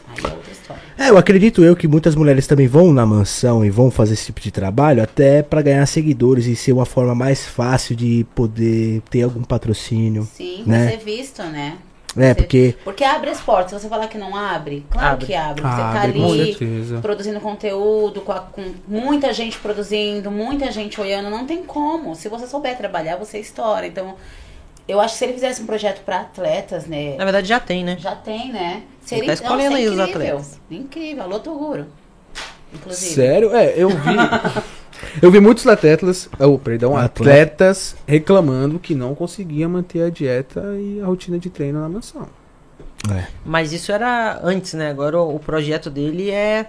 D: Aí é outra história.
A: É, eu acredito eu que muitas mulheres também vão na mansão e vão fazer esse tipo de trabalho até pra ganhar seguidores e ser uma forma mais fácil de poder ter algum patrocínio,
D: Sim, pra
A: né?
D: ser visto, né?
A: É,
D: Você-
A: porque
D: Porque abre as portas. Se você falar que não abre, claro
C: Abre.
D: que abre. Você tá
B: Abre, com
D: ali
B: certeza.
D: produzindo conteúdo, com, a- com muita gente produzindo, muita gente olhando. Não tem como. Se você souber trabalhar, você estoura. Então, eu acho que se ele fizesse um projeto pra atletas, né?
C: Na verdade já tem, né?
D: Já tem, né?
C: tá
D: Seria,
C: escolhendo aí os
D: incrível.
C: atletas.
D: Incrível. Alô, Toguro. Inclusive.
B: Sério? É, eu vi. Eu vi muitos atletas, oh,
A: Ah,
B: perdão, atletas reclamando que não conseguia manter a dieta e a rotina de treino na mansão.
A: É.
C: Mas isso era antes, né? Agora o, o projeto dele é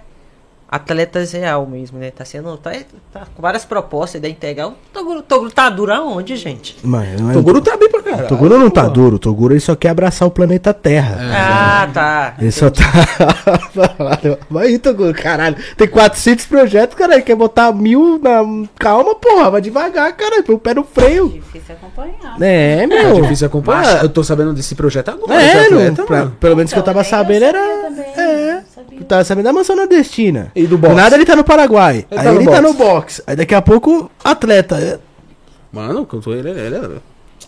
C: atletas real mesmo, né? Tá sendo. Tá, tá com várias propostas da integral. O Toguro, Toguro tá duro aonde, gente?
A: Mas não é-
B: Toguro tá bem pra caralho.
A: Toguro É. não tá
B: pô.
A: duro, Toguro ele só quer abraçar o planeta
B: É.
A: Terra.
C: Ah, tá.
A: Ele só tá. vai aí, Toguro, caralho. Tem 400 projetos, caralho. Quer botar mil na. Calma, porra, vai devagar, caralho. Põe o pé no freio.
D: Difícil acompanhar.
A: É,
B: Tá
A: meu.
B: difícil acompanhar.
A: Mas-
B: Eu tô sabendo desse projeto agora.
A: É,
B: esse
A: não,
B: atleta,
A: pra-
B: mano.
A: pelo menos que eu
D: Então,
A: tava
D: nem eu
A: sabendo
D: sabia
A: era.
D: também,
A: é.
D: não sabia.
A: Eu tava sabendo da mansão nordestina.
B: E do boxe.
A: nada ele tá no Paraguai.
B: Ele
A: aí
B: tá no
A: ele tá
B: boxe.
A: no box. Aí daqui a pouco, atleta. né?
B: Mano, eu tô- ele, ele é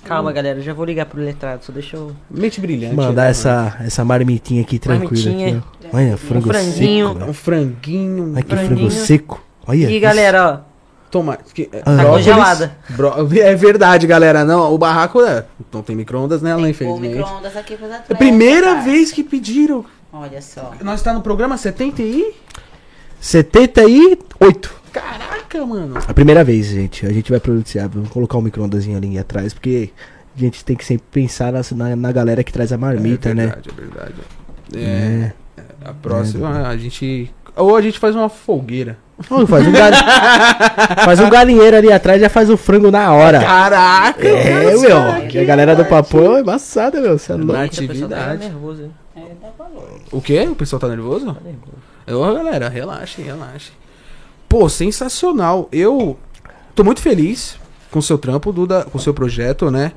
C: Calma, galera, eu já vou ligar pro letrado, só deixa eu.
B: mente brilhante.
A: Mandar
B: né,
A: essa, essa marmitinha aqui tranquila.
C: Marmitinha.
A: Aqui, ó. Olha, frango
C: franguinho. Um
A: seco.
B: mano?
A: velho.
B: Um franguinho.
A: Olha que frango
C: franguinho.
A: seco. Olha.
C: E
A: isso.
C: galera, ó,
B: Tomate. que-
A: Ah.
B: é,
A: Tá
B: brócolis.
C: congelada.
B: Bró- É verdade, galera. Não, o barraco é, não tem micro-ondas nela,
D: Tem o
B: infelizmente.
D: micro-ondas aqui pros
B: É a
D: atletas.
B: primeira
D: cara.
B: vez que pediram.
D: Olha só.
B: Nós tá no programa 70 e.
A: 78.
B: Caraca, mano.
A: A primeira vez, gente. A gente vai pronunciar. Vamos colocar um micro-ondas ali atrás, porque a gente tem que sempre pensar nas- na, na galera que traz a marmita,
B: é
A: né?
B: verdade, é verdade. É. é, A próxima a gente. Ou a gente faz uma fogueira.
A: Ô, faz, um gal... faz um galinheiro ali atrás já faz o frango na hora.
B: Caraca!
A: Tá. É,
B: meu.
A: meu. a galera do papão é embaçada, meu. Você é
B: Na
A: louco.
C: essa pessoa tá
B: atividade.
C: nervosa, hein?
D: É, dá valor.
B: O quê? O pessoal tá nervoso? Ô, galera, relaxem, relaxem. Pô, sensacional. Eu tô muito feliz com o seu trampo, Duda, com o seu projeto, né?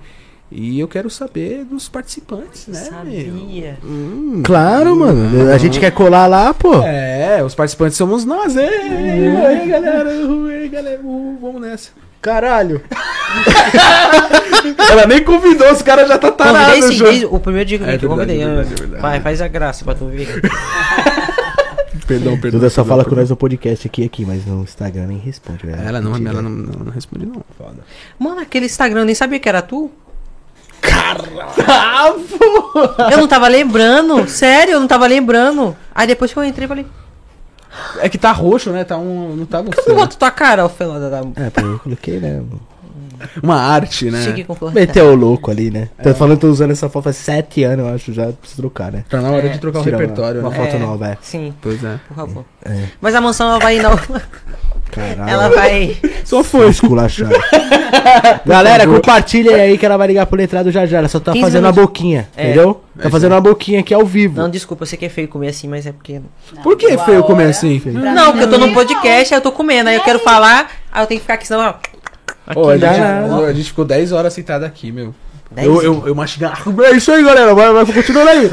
B: E eu quero saber dos participantes, né, meu?
C: Sabia.
B: Hum.
A: Claro, mano. A gente quer colar lá, pô.
B: É, os participantes somos nós. Ei,
A: Uhum.
B: ei, galera, ei, galera, uh, vamos nessa.
A: Caralho.
B: Ela nem convidou, os caras já tá
C: Convidei
B: tarado,
C: sim,
B: João.
C: desde o primeiro dia que eu
B: É
C: vim aqui, eu
B: verdade,
C: convidei.
B: é verdade,
C: né?
B: é verdade.
C: Vai, faz a graça pra tu ver.
B: Perdão, perdão.
A: Duda só
B: perdão,
A: fala com
B: perdão.
A: nós no podcast aqui, aqui, mas no Instagram nem responde, velho.
B: Ela não,
A: Mentira.
B: ela não, não, não responde, não. Foda.
C: Mano, aquele Instagram, eu nem sabia que era tu. Caralho! Eu não tava lembrando, sério, eu não tava lembrando. Aí depois que eu entrei, eu falei,
B: É que tá roxo, né? Tá um. Não tá
C: cadê
B: gostando.
C: o outro tua cara, ô Felada da...
A: É, pô, eu coloquei, né?
B: Uma arte, né?
C: Cheguei com
A: Meteu o louco ali, né? Tô falando, tô usando essa foto há sete anos, eu acho, já preciso trocar, né?
B: Tá na hora
C: É,
B: de trocar o
A: Tirar uma-
B: repertório,
A: uma
B: né?
A: foto nova, é.
C: Sim,
B: Pois é. Ah.
C: por favor. Mas a mansão, ela vai... Não,
A: Caralho.
C: ela vai...
A: Só foi. Esculachar. Galera, compartilhem aí que ela vai ligar pro letrado já já. Ela só tá
C: 15
A: fazendo
C: minutos.
A: a boquinha,
C: É.
A: entendeu?
B: É
A: Tá fazendo uma boquinha aqui ao vivo.
C: Não, desculpa, eu sei que é feio comer assim, mas é porque...
B: Por que
D: Boa
B: feio comer
D: hora.
B: assim?
D: Pra
C: Não,
D: mim
C: porque eu tô num
D: é
C: podcast, aí eu tô comendo, aí eu quero falar, aí eu tenho que ficar aqui, senão... ó, Aqui,
B: Ô, a, gente,
A: dá-
B: ô, a gente ficou 10 horas sentado aqui, meu.
C: Dez?
B: Eu, eu, eu mastigava. É isso aí, galera. Vai, vai continuando aí.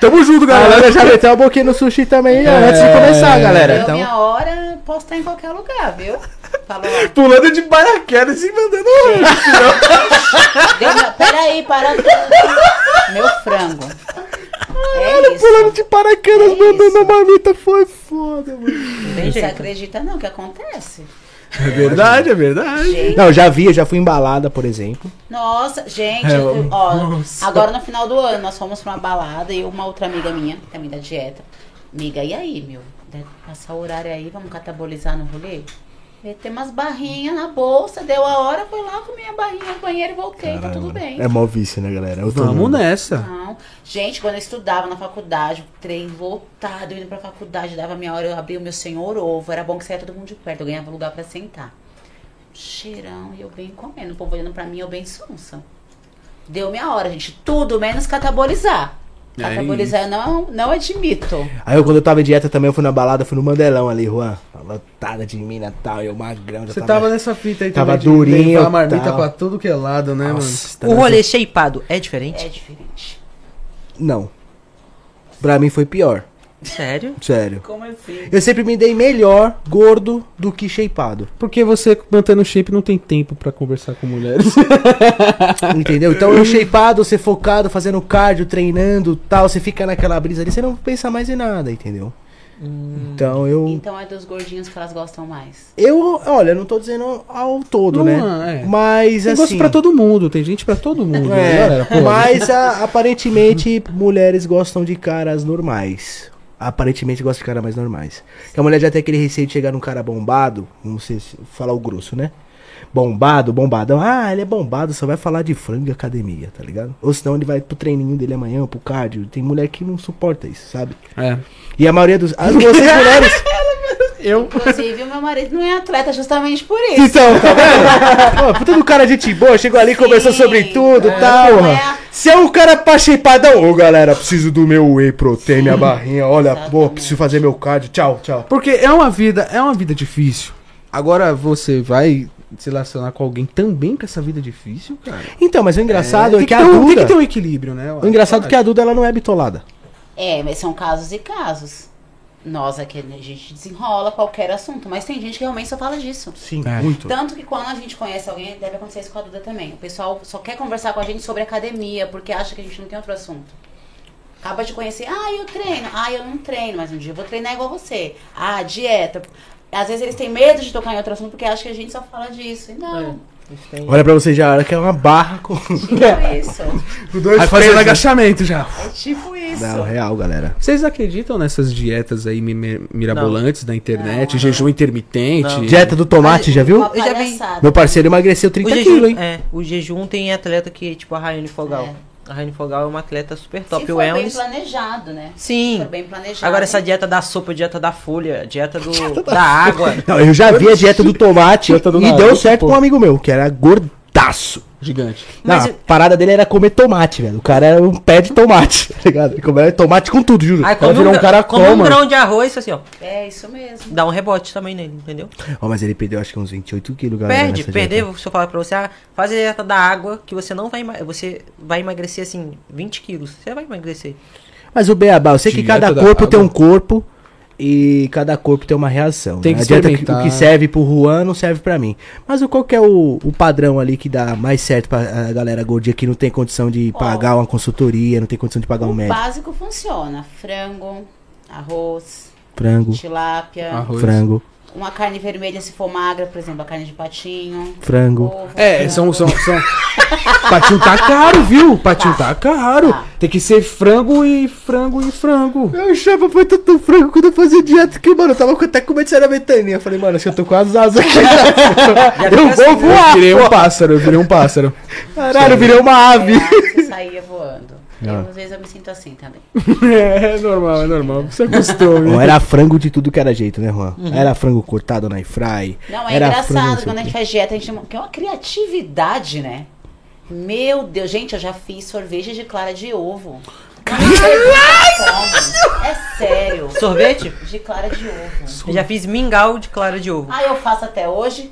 B: Tamo junto,
A: A galera
B: galera.
A: Ah, já meteu a boquinha no sushi também ó, antes de
B: É.
A: começar, galera.
D: Eu,
A: Então,
D: minha hora, posso estar em qualquer lugar, viu? Falou.
B: Pulando de paraquedas e mandando. um
D: Deu minha... Peraí, para. Meu frango. É
A: pulando
D: isso.
A: de paraquedas,
D: É
A: mandando
D: isso.
A: a marmita, foi foda, mano.
C: Tem
D: Você
C: jeito.
D: acredita não que acontece?
B: É verdade, é verdade.
D: Gente.
A: Não, já vi, eu já fui embalada, por exemplo.
D: Nossa, gente,
B: É,
D: eu- ó,
B: nossa.
D: agora no final do ano nós fomos pra uma balada e uma outra amiga minha, também da dieta. Amiga, e aí, meu? Deve passar o horário aí, vamos catabolizar no rolê? Tem umas barrinhas na bolsa, deu a hora, foi lá, comi a barrinha no banheiro e voltei, tá tudo bem.
A: É mó vício, né, galera? Eu tô
B: Vamos
A: mundo.
B: nessa.
D: Não. Gente, quando eu estudava na faculdade, o trem lotado, eu indo pra faculdade, dava minha hora, eu abria o meu senhor ovo. Era bom que saia todo mundo de perto, eu ganhava lugar pra sentar. Cheirão, e eu bem comendo. O povo olhando pra mim, eu bem sonsa. Deu minha hora, gente. Tudo menos catabolizar.
B: É
D: Catabolizar eu não, não admito.
A: Aí eu, quando eu tava em dieta também, eu fui na balada, fui no Mandelão ali, Juan. Lotada de mina e tal, eu magrão. já
B: Você tava nessa fita aí
A: tá Tava
B: também de
A: durinho,
B: levar a marmita
A: tal.
B: pra tudo que é lado, né, mano?
A: Nossa,
C: O
A: tava-
C: rolê shapeado é diferente?
D: É diferente.
A: assim. Não. Pra mim foi pior.
D: É.
C: Sério?
A: Sério.
D: Como assim?
A: Eu sempre me dei melhor gordo do que shapeado.
B: Porque você mantendo o shape não tem tempo pra conversar com mulheres.
A: Entendeu? Então eu shapeado, você focado, fazendo cardio, treinando tal, você fica naquela brisa ali, você não pensa mais em nada, entendeu?
B: Hum.
A: Então eu.
D: Então é dos gordinhos que elas gostam mais.
A: Eu, olha, não tô dizendo ao todo,
B: Não
A: né?
B: é.
A: Mas
B: Tem gosto
A: assim.
B: pra todo mundo, tem gente pra todo mundo. né, galera? Pô,
A: É, mas a- aparentemente mulheres gostam de caras normais. Aparentemente gostam de caras mais normais. Porque a mulher já tem aquele receio de chegar num cara bombado, vamos se- falar o grosso, né? bombado, bombadão. Ah, ele é bombado, só vai falar de frango e academia, tá ligado? Ou senão ele vai pro treininho dele amanhã, pro cardio. Tem mulher que não suporta isso, sabe?
B: É.
A: E a maioria dos. As vocês mulheres.
B: Eu.
D: Inclusive, o meu marido não é atleta justamente por isso.
A: Então, tá vendo? Pô, puta do cara gente boa, chegou ali, conversou
D: Sim.
A: sobre tudo e
D: É.
A: tal.
D: Não é?
A: Se é um cara pacheipadão, ô galera, preciso do meu whey protein, minha barrinha, olha, pô, preciso fazer meu cardio, tchau, tchau.
B: Porque é uma vida, é uma vida difícil. Agora você vai se relacionar com alguém também com essa vida difícil, cara.
A: Então, mas o engraçado é,
B: tem
A: que, a
B: ter um-
A: Duda...
B: tem que ter um equilíbrio, né?
A: O engraçado é que a Duda, ela não é bitolada.
D: É, mas são casos e casos. Nós aqui, a gente desenrola qualquer assunto, mas tem gente que realmente só fala disso.
A: Sim,
B: É.
A: muito.
D: Tanto que quando a gente conhece alguém, deve acontecer isso com a Duda também. O pessoal só quer conversar com a gente sobre academia, porque acha que a gente não tem outro assunto. Acaba de conhecer, ah, eu treino, ah, eu não treino, mas um dia eu vou treinar igual você. Ah, dieta. Às vezes eles têm medo de tocar em outro assunto porque acham que a gente só fala disso. E não,
C: Isso tem-
A: Olha pra você já, ela quer uma barra com...
D: tipo
A: É.
D: isso.
A: com dois
B: Vai fazer
A: pesos.
B: agachamento já.
D: É tipo isso.
A: Não, real, galera.
B: Vocês acreditam nessas dietas aí mi- mi- mirabolantes da internet,
D: Não.
B: jejum intermitente?
C: Não.
A: Dieta do tomate, já viu?
D: Uma
C: Eu já vi.
D: palhaçada.
A: Meu parceiro emagreceu
C: O
A: 30
C: jejum,
A: quilos, hein?
C: é, o jejum tem atleta que, tipo, a Rayane Fogal.
D: É.
C: A Rayane Fogal é uma atleta super
D: Se
C: top. O
D: for bem
C: Elnis.
D: planejado, né? Se
C: Sim.
D: for bem planejado.
C: Agora essa dieta da sopa, dieta da folha, dieta do da água.
B: é.
A: Não, eu já vi a dieta do tomate
B: Dieta do
A: e deu
B: Naruto,
A: certo
B: pô.
A: com um amigo meu, que era gordaço.
B: Gigante.
A: Não,
C: Mas
A: a
C: eu-
A: parada dele era comer tomate, velho. O cara era um pé de tomate, tá ligado? Ele comia tomate com tudo, juro.
C: Aí
A: O cara
C: come
A: virou um
C: gra-
A: cara
C: come um
A: coma.
C: grão de arroz, assim, ó.
D: É isso mesmo.
C: Dá um rebote também nele, entendeu?
A: Ó, mas ele perdeu acho que uns 28 quilos, galera.
C: perde,
A: nessa
C: perder,
A: dieta.
C: se eu falar pra você, ah, faz a dieta da água, que você não vai emagrecer. Você vai emagrecer assim, 20 quilos. Você vai emagrecer.
A: Mas o Beabá, eu sei que
B: Dieta
A: cada
B: da
A: corpo
B: água.
A: tem um corpo e cada corpo tem uma reação.
B: Tem
A: né?
B: que
A: A dieta que, o
B: experimentar.
A: que serve pro Juan não serve pra mim. Mas o- qual que é o, o padrão ali que dá mais certo pra a galera gordinha que não tem condição de
D: Ó.
A: pagar uma consultoria, não tem condição de pagar um
D: O
A: médico?
D: básico funciona. Frango, arroz,
A: Frango,
D: tilápia,
B: Arroz.
A: frango,
D: uma carne vermelha se for magra, por exemplo, a carne de patinho.
A: frango.
D: ovo,
B: É,
D: frango.
B: são. são, são... Patinho tá caro, viu? Patinho tá caro.
D: Tá.
B: Tem que ser frango e frango e frango.
A: Eu achava foi tanto frango quando eu fazia dieta que, mano, eu tava até com medo de sair na ventania. Eu falei, mano, acho que eu tô com as asas aqui. eu vou
B: Eu
A: voar.
B: virei um pássaro, eu virei um pássaro.
A: Caralho, eu virei uma ave.
D: Era, você saía voando.
A: Ah.
D: Eu, às vezes eu me sinto assim também.
B: É, é normal, é normal. Você acostumou.
A: Bom, era frango de tudo que era jeito, né, Juan? Era frango cortado na fry.
D: Não, é
A: era
D: engraçado
A: frango,
D: quando a gente faz dieta, a gente que é uma criatividade, né? Meu Deus, gente, eu já fiz sorvete de clara de ovo. Como? É sério.
C: Sorvete?
D: De clara de ovo.
C: Eu já fiz mingau de clara de ovo.
D: Ah, eu faço até hoje.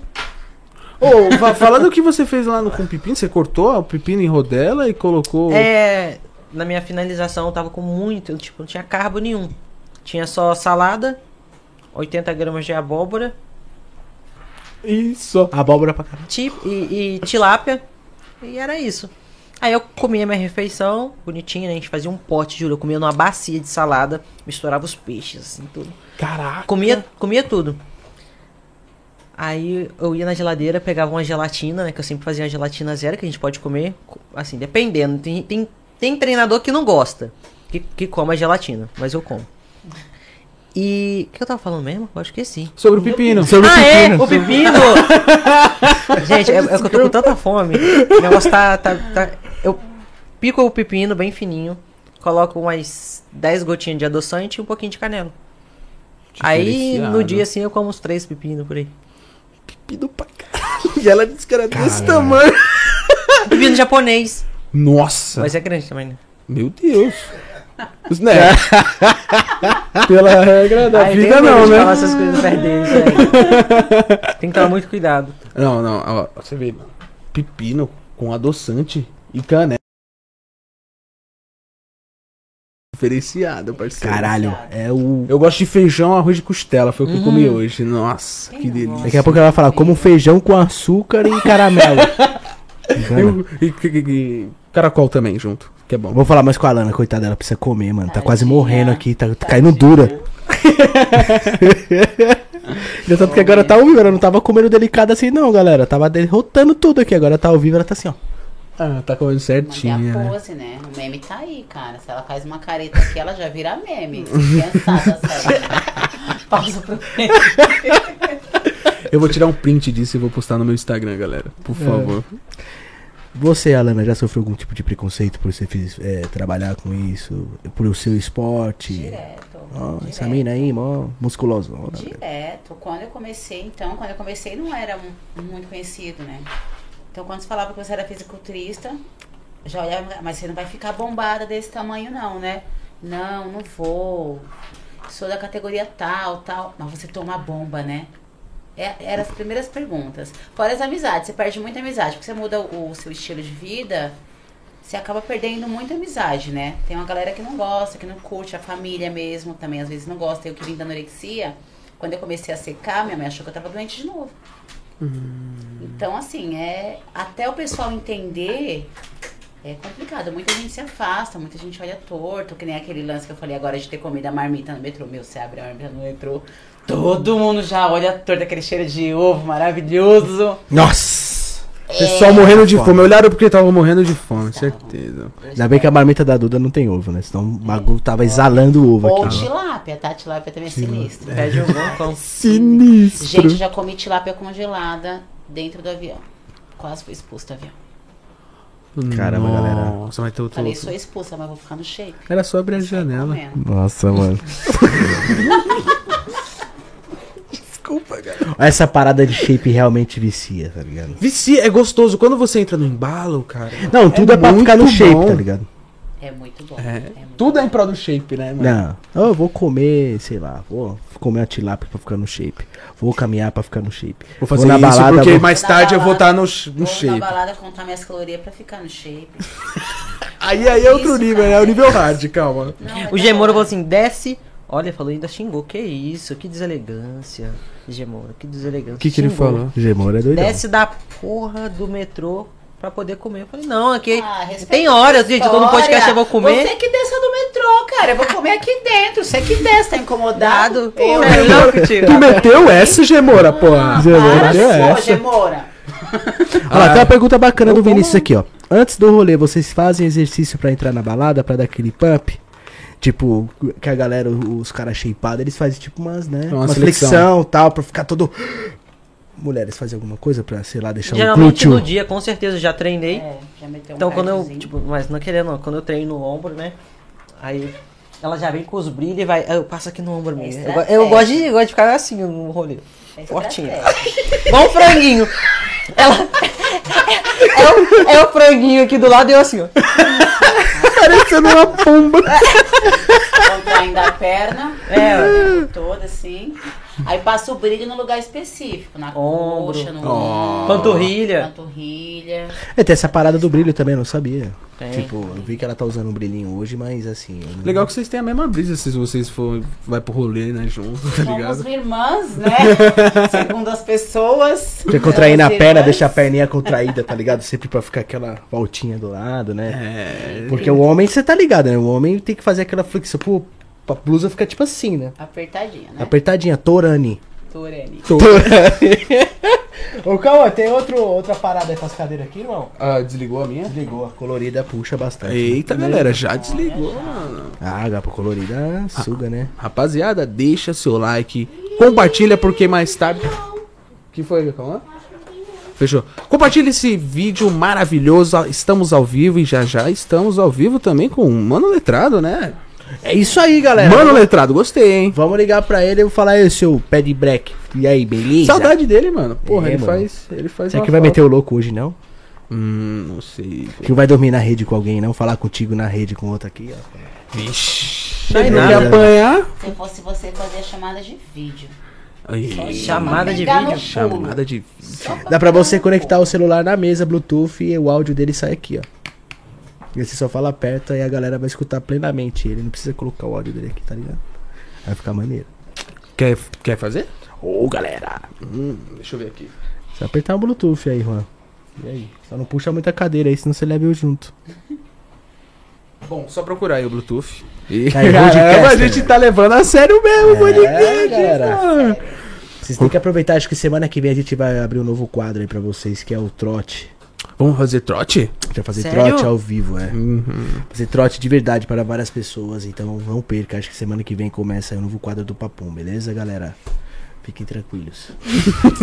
B: Ô, fa- falando o que você fez lá no com o pepino, você cortou o pepino em rodela e colocou.
C: É, na minha finalização eu tava com muito, eu, tipo, não tinha carbo nenhum. Tinha só salada, 80 gramas de abóbora
B: Isso.
A: Abóbora pra caralho.
C: ti- e, e tilápia, e era isso. Aí eu comia minha refeição, bonitinha, né? A gente fazia um pote, juro. Eu comia numa bacia de salada, misturava os peixes, assim, tudo.
B: Caraca.
C: Comia, comia tudo. Aí eu ia na geladeira, pegava uma gelatina, né? Que eu sempre fazia uma gelatina zero, que a gente pode comer, co- assim, dependendo. Tem, tem, tem treinador que não gosta, que, que come a gelatina, mas eu como. E. O que eu tava falando mesmo? Eu acho que sim.
B: Sobre o pepino.
A: Sobre
C: Ah, é?
A: pepino.
C: O pepino! gente, é, é que eu tô com tanta fome. O negócio tá, tá, tá- Eu pico o pepino bem fininho, coloco umas 10 gotinhas de adoçante e um pouquinho de canela. Aí
B: Diferenciado.
C: no dia assim eu como uns três pepinos por aí.
B: Pepino pra caralho. E ela disse que era desse
A: Caralho.
B: tamanho.
C: Pepino japonês.
B: Nossa.
C: Mas é grande também, né?
B: Meu Deus. Né? Pela regra da
C: Ai, eu
B: vida,
C: tenho medo
B: não,
C: de
B: né?
C: falar essas coisas né? perto deles, velho. Tem que tomar muito cuidado.
B: Não, não. Ó, você vê. Pepino com adoçante e canela. Diferenciado, parceiro.
A: Caralho, é o.
B: Eu gosto de feijão, arroz de costela. Foi o que eu comi
C: Uhum.
B: hoje. Nossa, É que delícia.
A: Daqui a pouco ela vai falar, como feijão com açúcar e caramelo. Engana.
B: Eu- e, e- e- caracol também junto, que é
A: Eu
B: bom.
A: Vou falar mais com a Lana, coitada, ela precisa comer, mano. Tá quase
D: Tadinha.
A: morrendo aqui, tá, tá caindo dura. Tanto que agora tá ao vivo, ela não tava comendo delicado assim, não, galera. Tava derrotando tudo aqui. Agora tá ao vivo, ela tá assim, ó.
B: Ah, tá comendo
D: Manter
B: certinho,
D: a
B: né?
D: pose, né? O meme tá aí, cara. Se ela faz uma careta aqui, ela já vira meme. Cansada, sério. Pausa pro meme.
B: Eu vou tirar um print disso e vou postar no meu Instagram, galera. Por favor.
A: Você, Alana, já sofreu algum tipo de preconceito por você fiz- é, trabalhar com isso? Por o seu esporte?
D: Direto.
A: Ó,
D: direto.
A: essa mina aí, mó musculosa.
D: Direto. Quando eu comecei, então, quando eu comecei não era mu- muito conhecido, né? Então quando você falava que você era fisiculturista, já olhava, mas você não vai ficar bombada desse tamanho não, né? Não, não vou. Sou da categoria tal, tal. Não, você toma bomba, né? É, eram as primeiras perguntas. Fora as amizades, você perde muita amizade, porque você muda o, o seu estilo de vida, você acaba perdendo muita amizade, né? Tem uma galera que não gosta, que não curte, a família mesmo também às vezes não gosta. Eu que vim da anorexia, quando eu comecei a secar, minha mãe achou que eu tava doente de novo. Então, assim, é até o pessoal entender é complicado. Muita gente se afasta, muita gente olha torto, que nem aquele lance que eu falei agora de ter comido a marmita no metrô. Meu, você abre a marmita no metrô, todo mundo já olha torto, aquele cheiro de ovo maravilhoso.
A: Nossa!
B: Pessoal morrendo de fome. Olharam porque tava morrendo de fome, certeza.
A: Ainda bem que a marmita da Duda não tem ovo, né? Senão o bagulho tava exalando o ovo
D: Ou
A: aqui.
D: tilápia, tá? Tilápia também é sinistra.
C: Pede um bom cão.
B: Sinistro.
D: Gente, eu já comi tilápia congelada dentro do avião. Quase fui expulsa do avião.
A: Caramba, galera.
B: Nossa, vai ter outro.
D: Falei, sou expulsa, mas vou ficar no shape.
B: Era só abrir a
C: Hum.
B: janela.
D: Comendo.
A: Nossa, mano. Desculpa, cara. Essa parada de shape realmente vicia, tá ligado?
B: Vici, é gostoso. Quando você entra no embalo, cara.
A: Não, tudo é, pra
B: muito
A: ficar no shape,
B: bom.
A: tá ligado?
D: É muito bom.
B: É.
D: é muito
B: Tudo é em prol do shape, né, mano?
A: Não. Ah, eu vou comer, sei lá, vou comer a tilápia pra ficar no shape. Vou caminhar pra ficar no shape.
B: Vou fazer isso porque
A: vou-
B: mais
D: Vou na
B: tarde eu vou
C: tá
B: estar
D: balada.
B: no, sh- no
D: Vou
B: shape.
D: na balada contar minhas calorias pra ficar no shape.
B: Aí, aí é outro
D: Isso,
B: nível,
D: cara.
B: né? O nível hard, calma.
D: Não, mas
C: O
D: tá
C: Gemoro
D: bom.
C: falou assim, desce. Olha, falou, ainda xingou. Que isso, que deselegância. Gemoro, que deselegância. Xingou.
A: Gemoro é doidão.
C: Desce da porra do metrô pra poder comer. Eu falei, não, aqui
D: Ah, respeita
C: tem horas, gente. Eu tô no
D: História.
C: podcast, eu vou comer.
D: Você é que desça do metrô, cara. Eu vou comer aqui dentro. Você que desce, tá incomodado?
C: Dado.
D: Eu,
C: É louco, tio.
B: Tu meteu essa, Gemora, porra.
A: Gemora
D: para,
A: deu
D: sua,
A: essa.
D: Gemora.
A: Olha lá, tem uma pergunta bacana do Vinícius aqui, ó. Antes do rolê, vocês fazem exercício pra entrar na balada, pra dar aquele pump? Tipo, que a galera, os caras shapeados, eles fazem tipo umas, né?
B: Uma
A: Uma,
B: flexão.
A: flexão e tal, pra ficar todo. Mulheres fazem alguma coisa pra, sei lá, deixar o
C: Geralmente
A: glúteo.
C: no dia, com certeza, eu já treinei.
D: É, já meteu um
C: Então quando eu,
D: cardiozinho.
C: tipo, mas não querendo, não, quando eu treino no ombro, né? Aí ela já vem com os brilhos e vai, eu passo aqui no ombro mesmo. Eu, go- eu gosto de, eu gosto de ficar assim no rolê.
D: é Essa
C: Fortinho.
D: é a estratégia.
C: Igual um franguinho. Ela é, o, é o franguinho aqui do lado e eu assim, ó.
B: Parecendo uma pomba.
D: Contraindo a perna.
C: É.
D: o tempo Todo assim. Aí passa o brilho no lugar específico. Na
C: Ombro.
D: coxa, no
B: Ó.
D: ombro,
C: Panturrilha.
D: Panturrilha.
A: É, tem essa parada do brilho também, eu não sabia.
C: Tem.
A: Tipo, eu vi que ela tá usando um brilhinho hoje, mas assim. eu não-
B: Legal que vocês têm a mesma brisa se vocês for, vai pro rolê, né, junto, tá
D: Somos
B: ligado?
D: irmãs, né? Segundo as pessoas.
A: Porque contrair na
D: Elas
A: perna,
D: irmãs.
A: deixa a perninha contraída, tá ligado? Sempre pra ficar aquela voltinha do lado, né?
B: É.
A: Porque o homem, você tá ligado, né? O homem tem que fazer aquela flexão. Pô, a blusa fica tipo assim, né?
D: Apertadinha, né?
A: Apertadinha, Torani.
D: Turani.
A: Ô, Cauã, tem outro, outra parada aí pras cadeiras aqui, irmão?
B: Ah, desligou a minha?
A: Ligou, a colorida puxa bastante. né?
B: Eita, galera, já desligou, mano.
A: Ah, gapa colorida suga, né?
B: Rapaziada, deixa seu like, compartilha porque mais tarde. que foi, Calma? Fechou. Compartilha esse vídeo maravilhoso. Estamos ao vivo e já já estamos ao vivo também com o Mano Letrado, né?
A: É isso aí, galera.
B: Mano Letrado, gostei, hein?
A: Vamos ligar pra ele e eu vou falar aí, seu pé de break. E aí, beleza?
B: Saudade dele, mano. Porra,
A: É,
B: ele
A: mano.
B: faz, ele faz
A: Será
B: uma
A: que vai
B: falta.
A: meter o louco hoje, não?
B: Hum, não sei.
A: Que vai dormir na rede com alguém, não? Falar contigo na rede com outro aqui, ó.
B: Vixe.
C: Não é
B: Tem que
A: nada.
B: apanhar.
D: Se fosse você fazer chamada de vídeo.
B: Ai,
C: Chamada de
D: Pegar no
C: vídeo.
D: pulo.
B: Chamada de vídeo.
A: Dá pra você conectar o celular na mesa, Bluetooth, e o áudio dele sai aqui, ó. E você só fala perto e a galera vai escutar plenamente ele. Não precisa colocar o áudio dele aqui, tá ligado? Vai ficar maneiro.
B: Quer, quer fazer?
A: Ô, galera!
B: Hum, deixa eu ver aqui.
A: Só apertar o Bluetooth aí, Juan. E aí? Só não puxa muita cadeira aí, senão você leva eu junto.
B: Bom, só procurar aí o Bluetooth. Tá E
A: Aí,
B: Caramba, a
A: podcast,
B: gente
A: né?
B: tá levando a sério mesmo o podcast,
A: galera.
B: mano.
A: Vocês têm que aproveitar, acho que semana que vem a gente vai abrir um novo quadro aí pra vocês, que é o trote.
B: Vamos fazer trote? Uhum.
A: A gente vai fazer
C: Sério?
A: trote ao vivo, é. Fazer trote de verdade para várias pessoas, então não perca. Acho que semana que vem começa aí o novo quadro do Papum, beleza, galera? Fiquem tranquilos.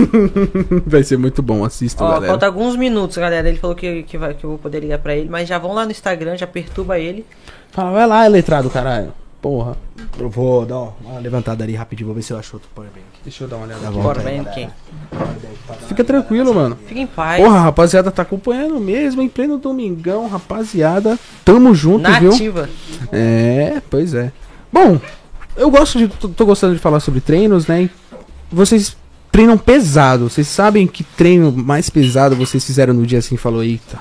B: Vai ser muito bom, assistam,
C: Ó,
B: galera.
C: falta alguns minutos, galera. Ele falou que, que, vai, que eu vou poder ligar pra ele, mas já vão lá no Instagram, já perturba ele.
B: Fala, vai lá, letrado, caralho. Porra.
A: Eu vou dar uma levantada ali rapidinho, vou ver se eu acho outro powerbank.
B: Deixa eu dar uma olhada.
A: Dá
B: aqui.
A: volta
C: Bora,
A: aí,
C: vem
A: galera.
C: aqui.
B: Fica tranquilo, mano.
C: Fica em paz.
B: Porra, rapaziada, tá acompanhando mesmo, em pleno domingão, rapaziada. Tamo junto,
C: na
B: viu?
C: ativa.
B: É, pois é. Bom, eu gosto de. tô- tô gostando de falar sobre treinos, né? E Vocês treinam pesado. Vocês sabem que treino mais pesado vocês fizeram no dia assim e falou, eita.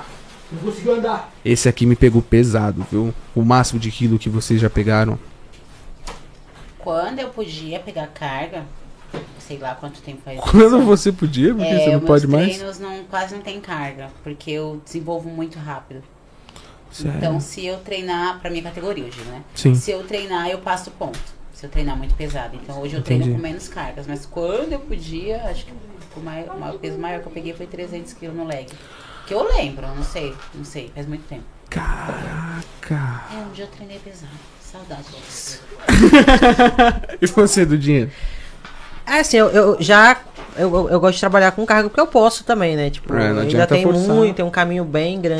A: Não conseguiu andar.
B: Esse aqui me pegou pesado, viu? O máximo de quilo que vocês já pegaram.
D: Quando eu podia pegar carga, sei lá quanto tempo faz
B: Quando você podia, porque você não
D: É, meus
B: pode mais.
D: treinos não, quase não tem carga, porque eu desenvolvo muito rápido.
B: Sério?
D: Então, se eu treinar, pra minha categoria, eu digo, né?
B: Sim.
D: Se eu treinar, eu passo ponto. Se eu treinar muito pesado. Então, hoje eu treino
B: Entendi.
D: com menos cargas. Mas quando eu podia, acho que o, mai- o maior- peso maior que eu peguei foi 300 quilos no leg. Que eu lembro, eu não sei, não sei, faz muito tempo.
B: Caraca.
D: É, um dia eu treinei pesado. Saudade disso.
B: E você, do dinheiro?
C: É assim, eu, eu já. Eu, eu- eu gosto de trabalhar com cargo porque eu posso também, né? Tipo,
B: É, não
C: ainda
B: adianta
C: tem
B: forçar.
C: muito, tem um caminho bem grande.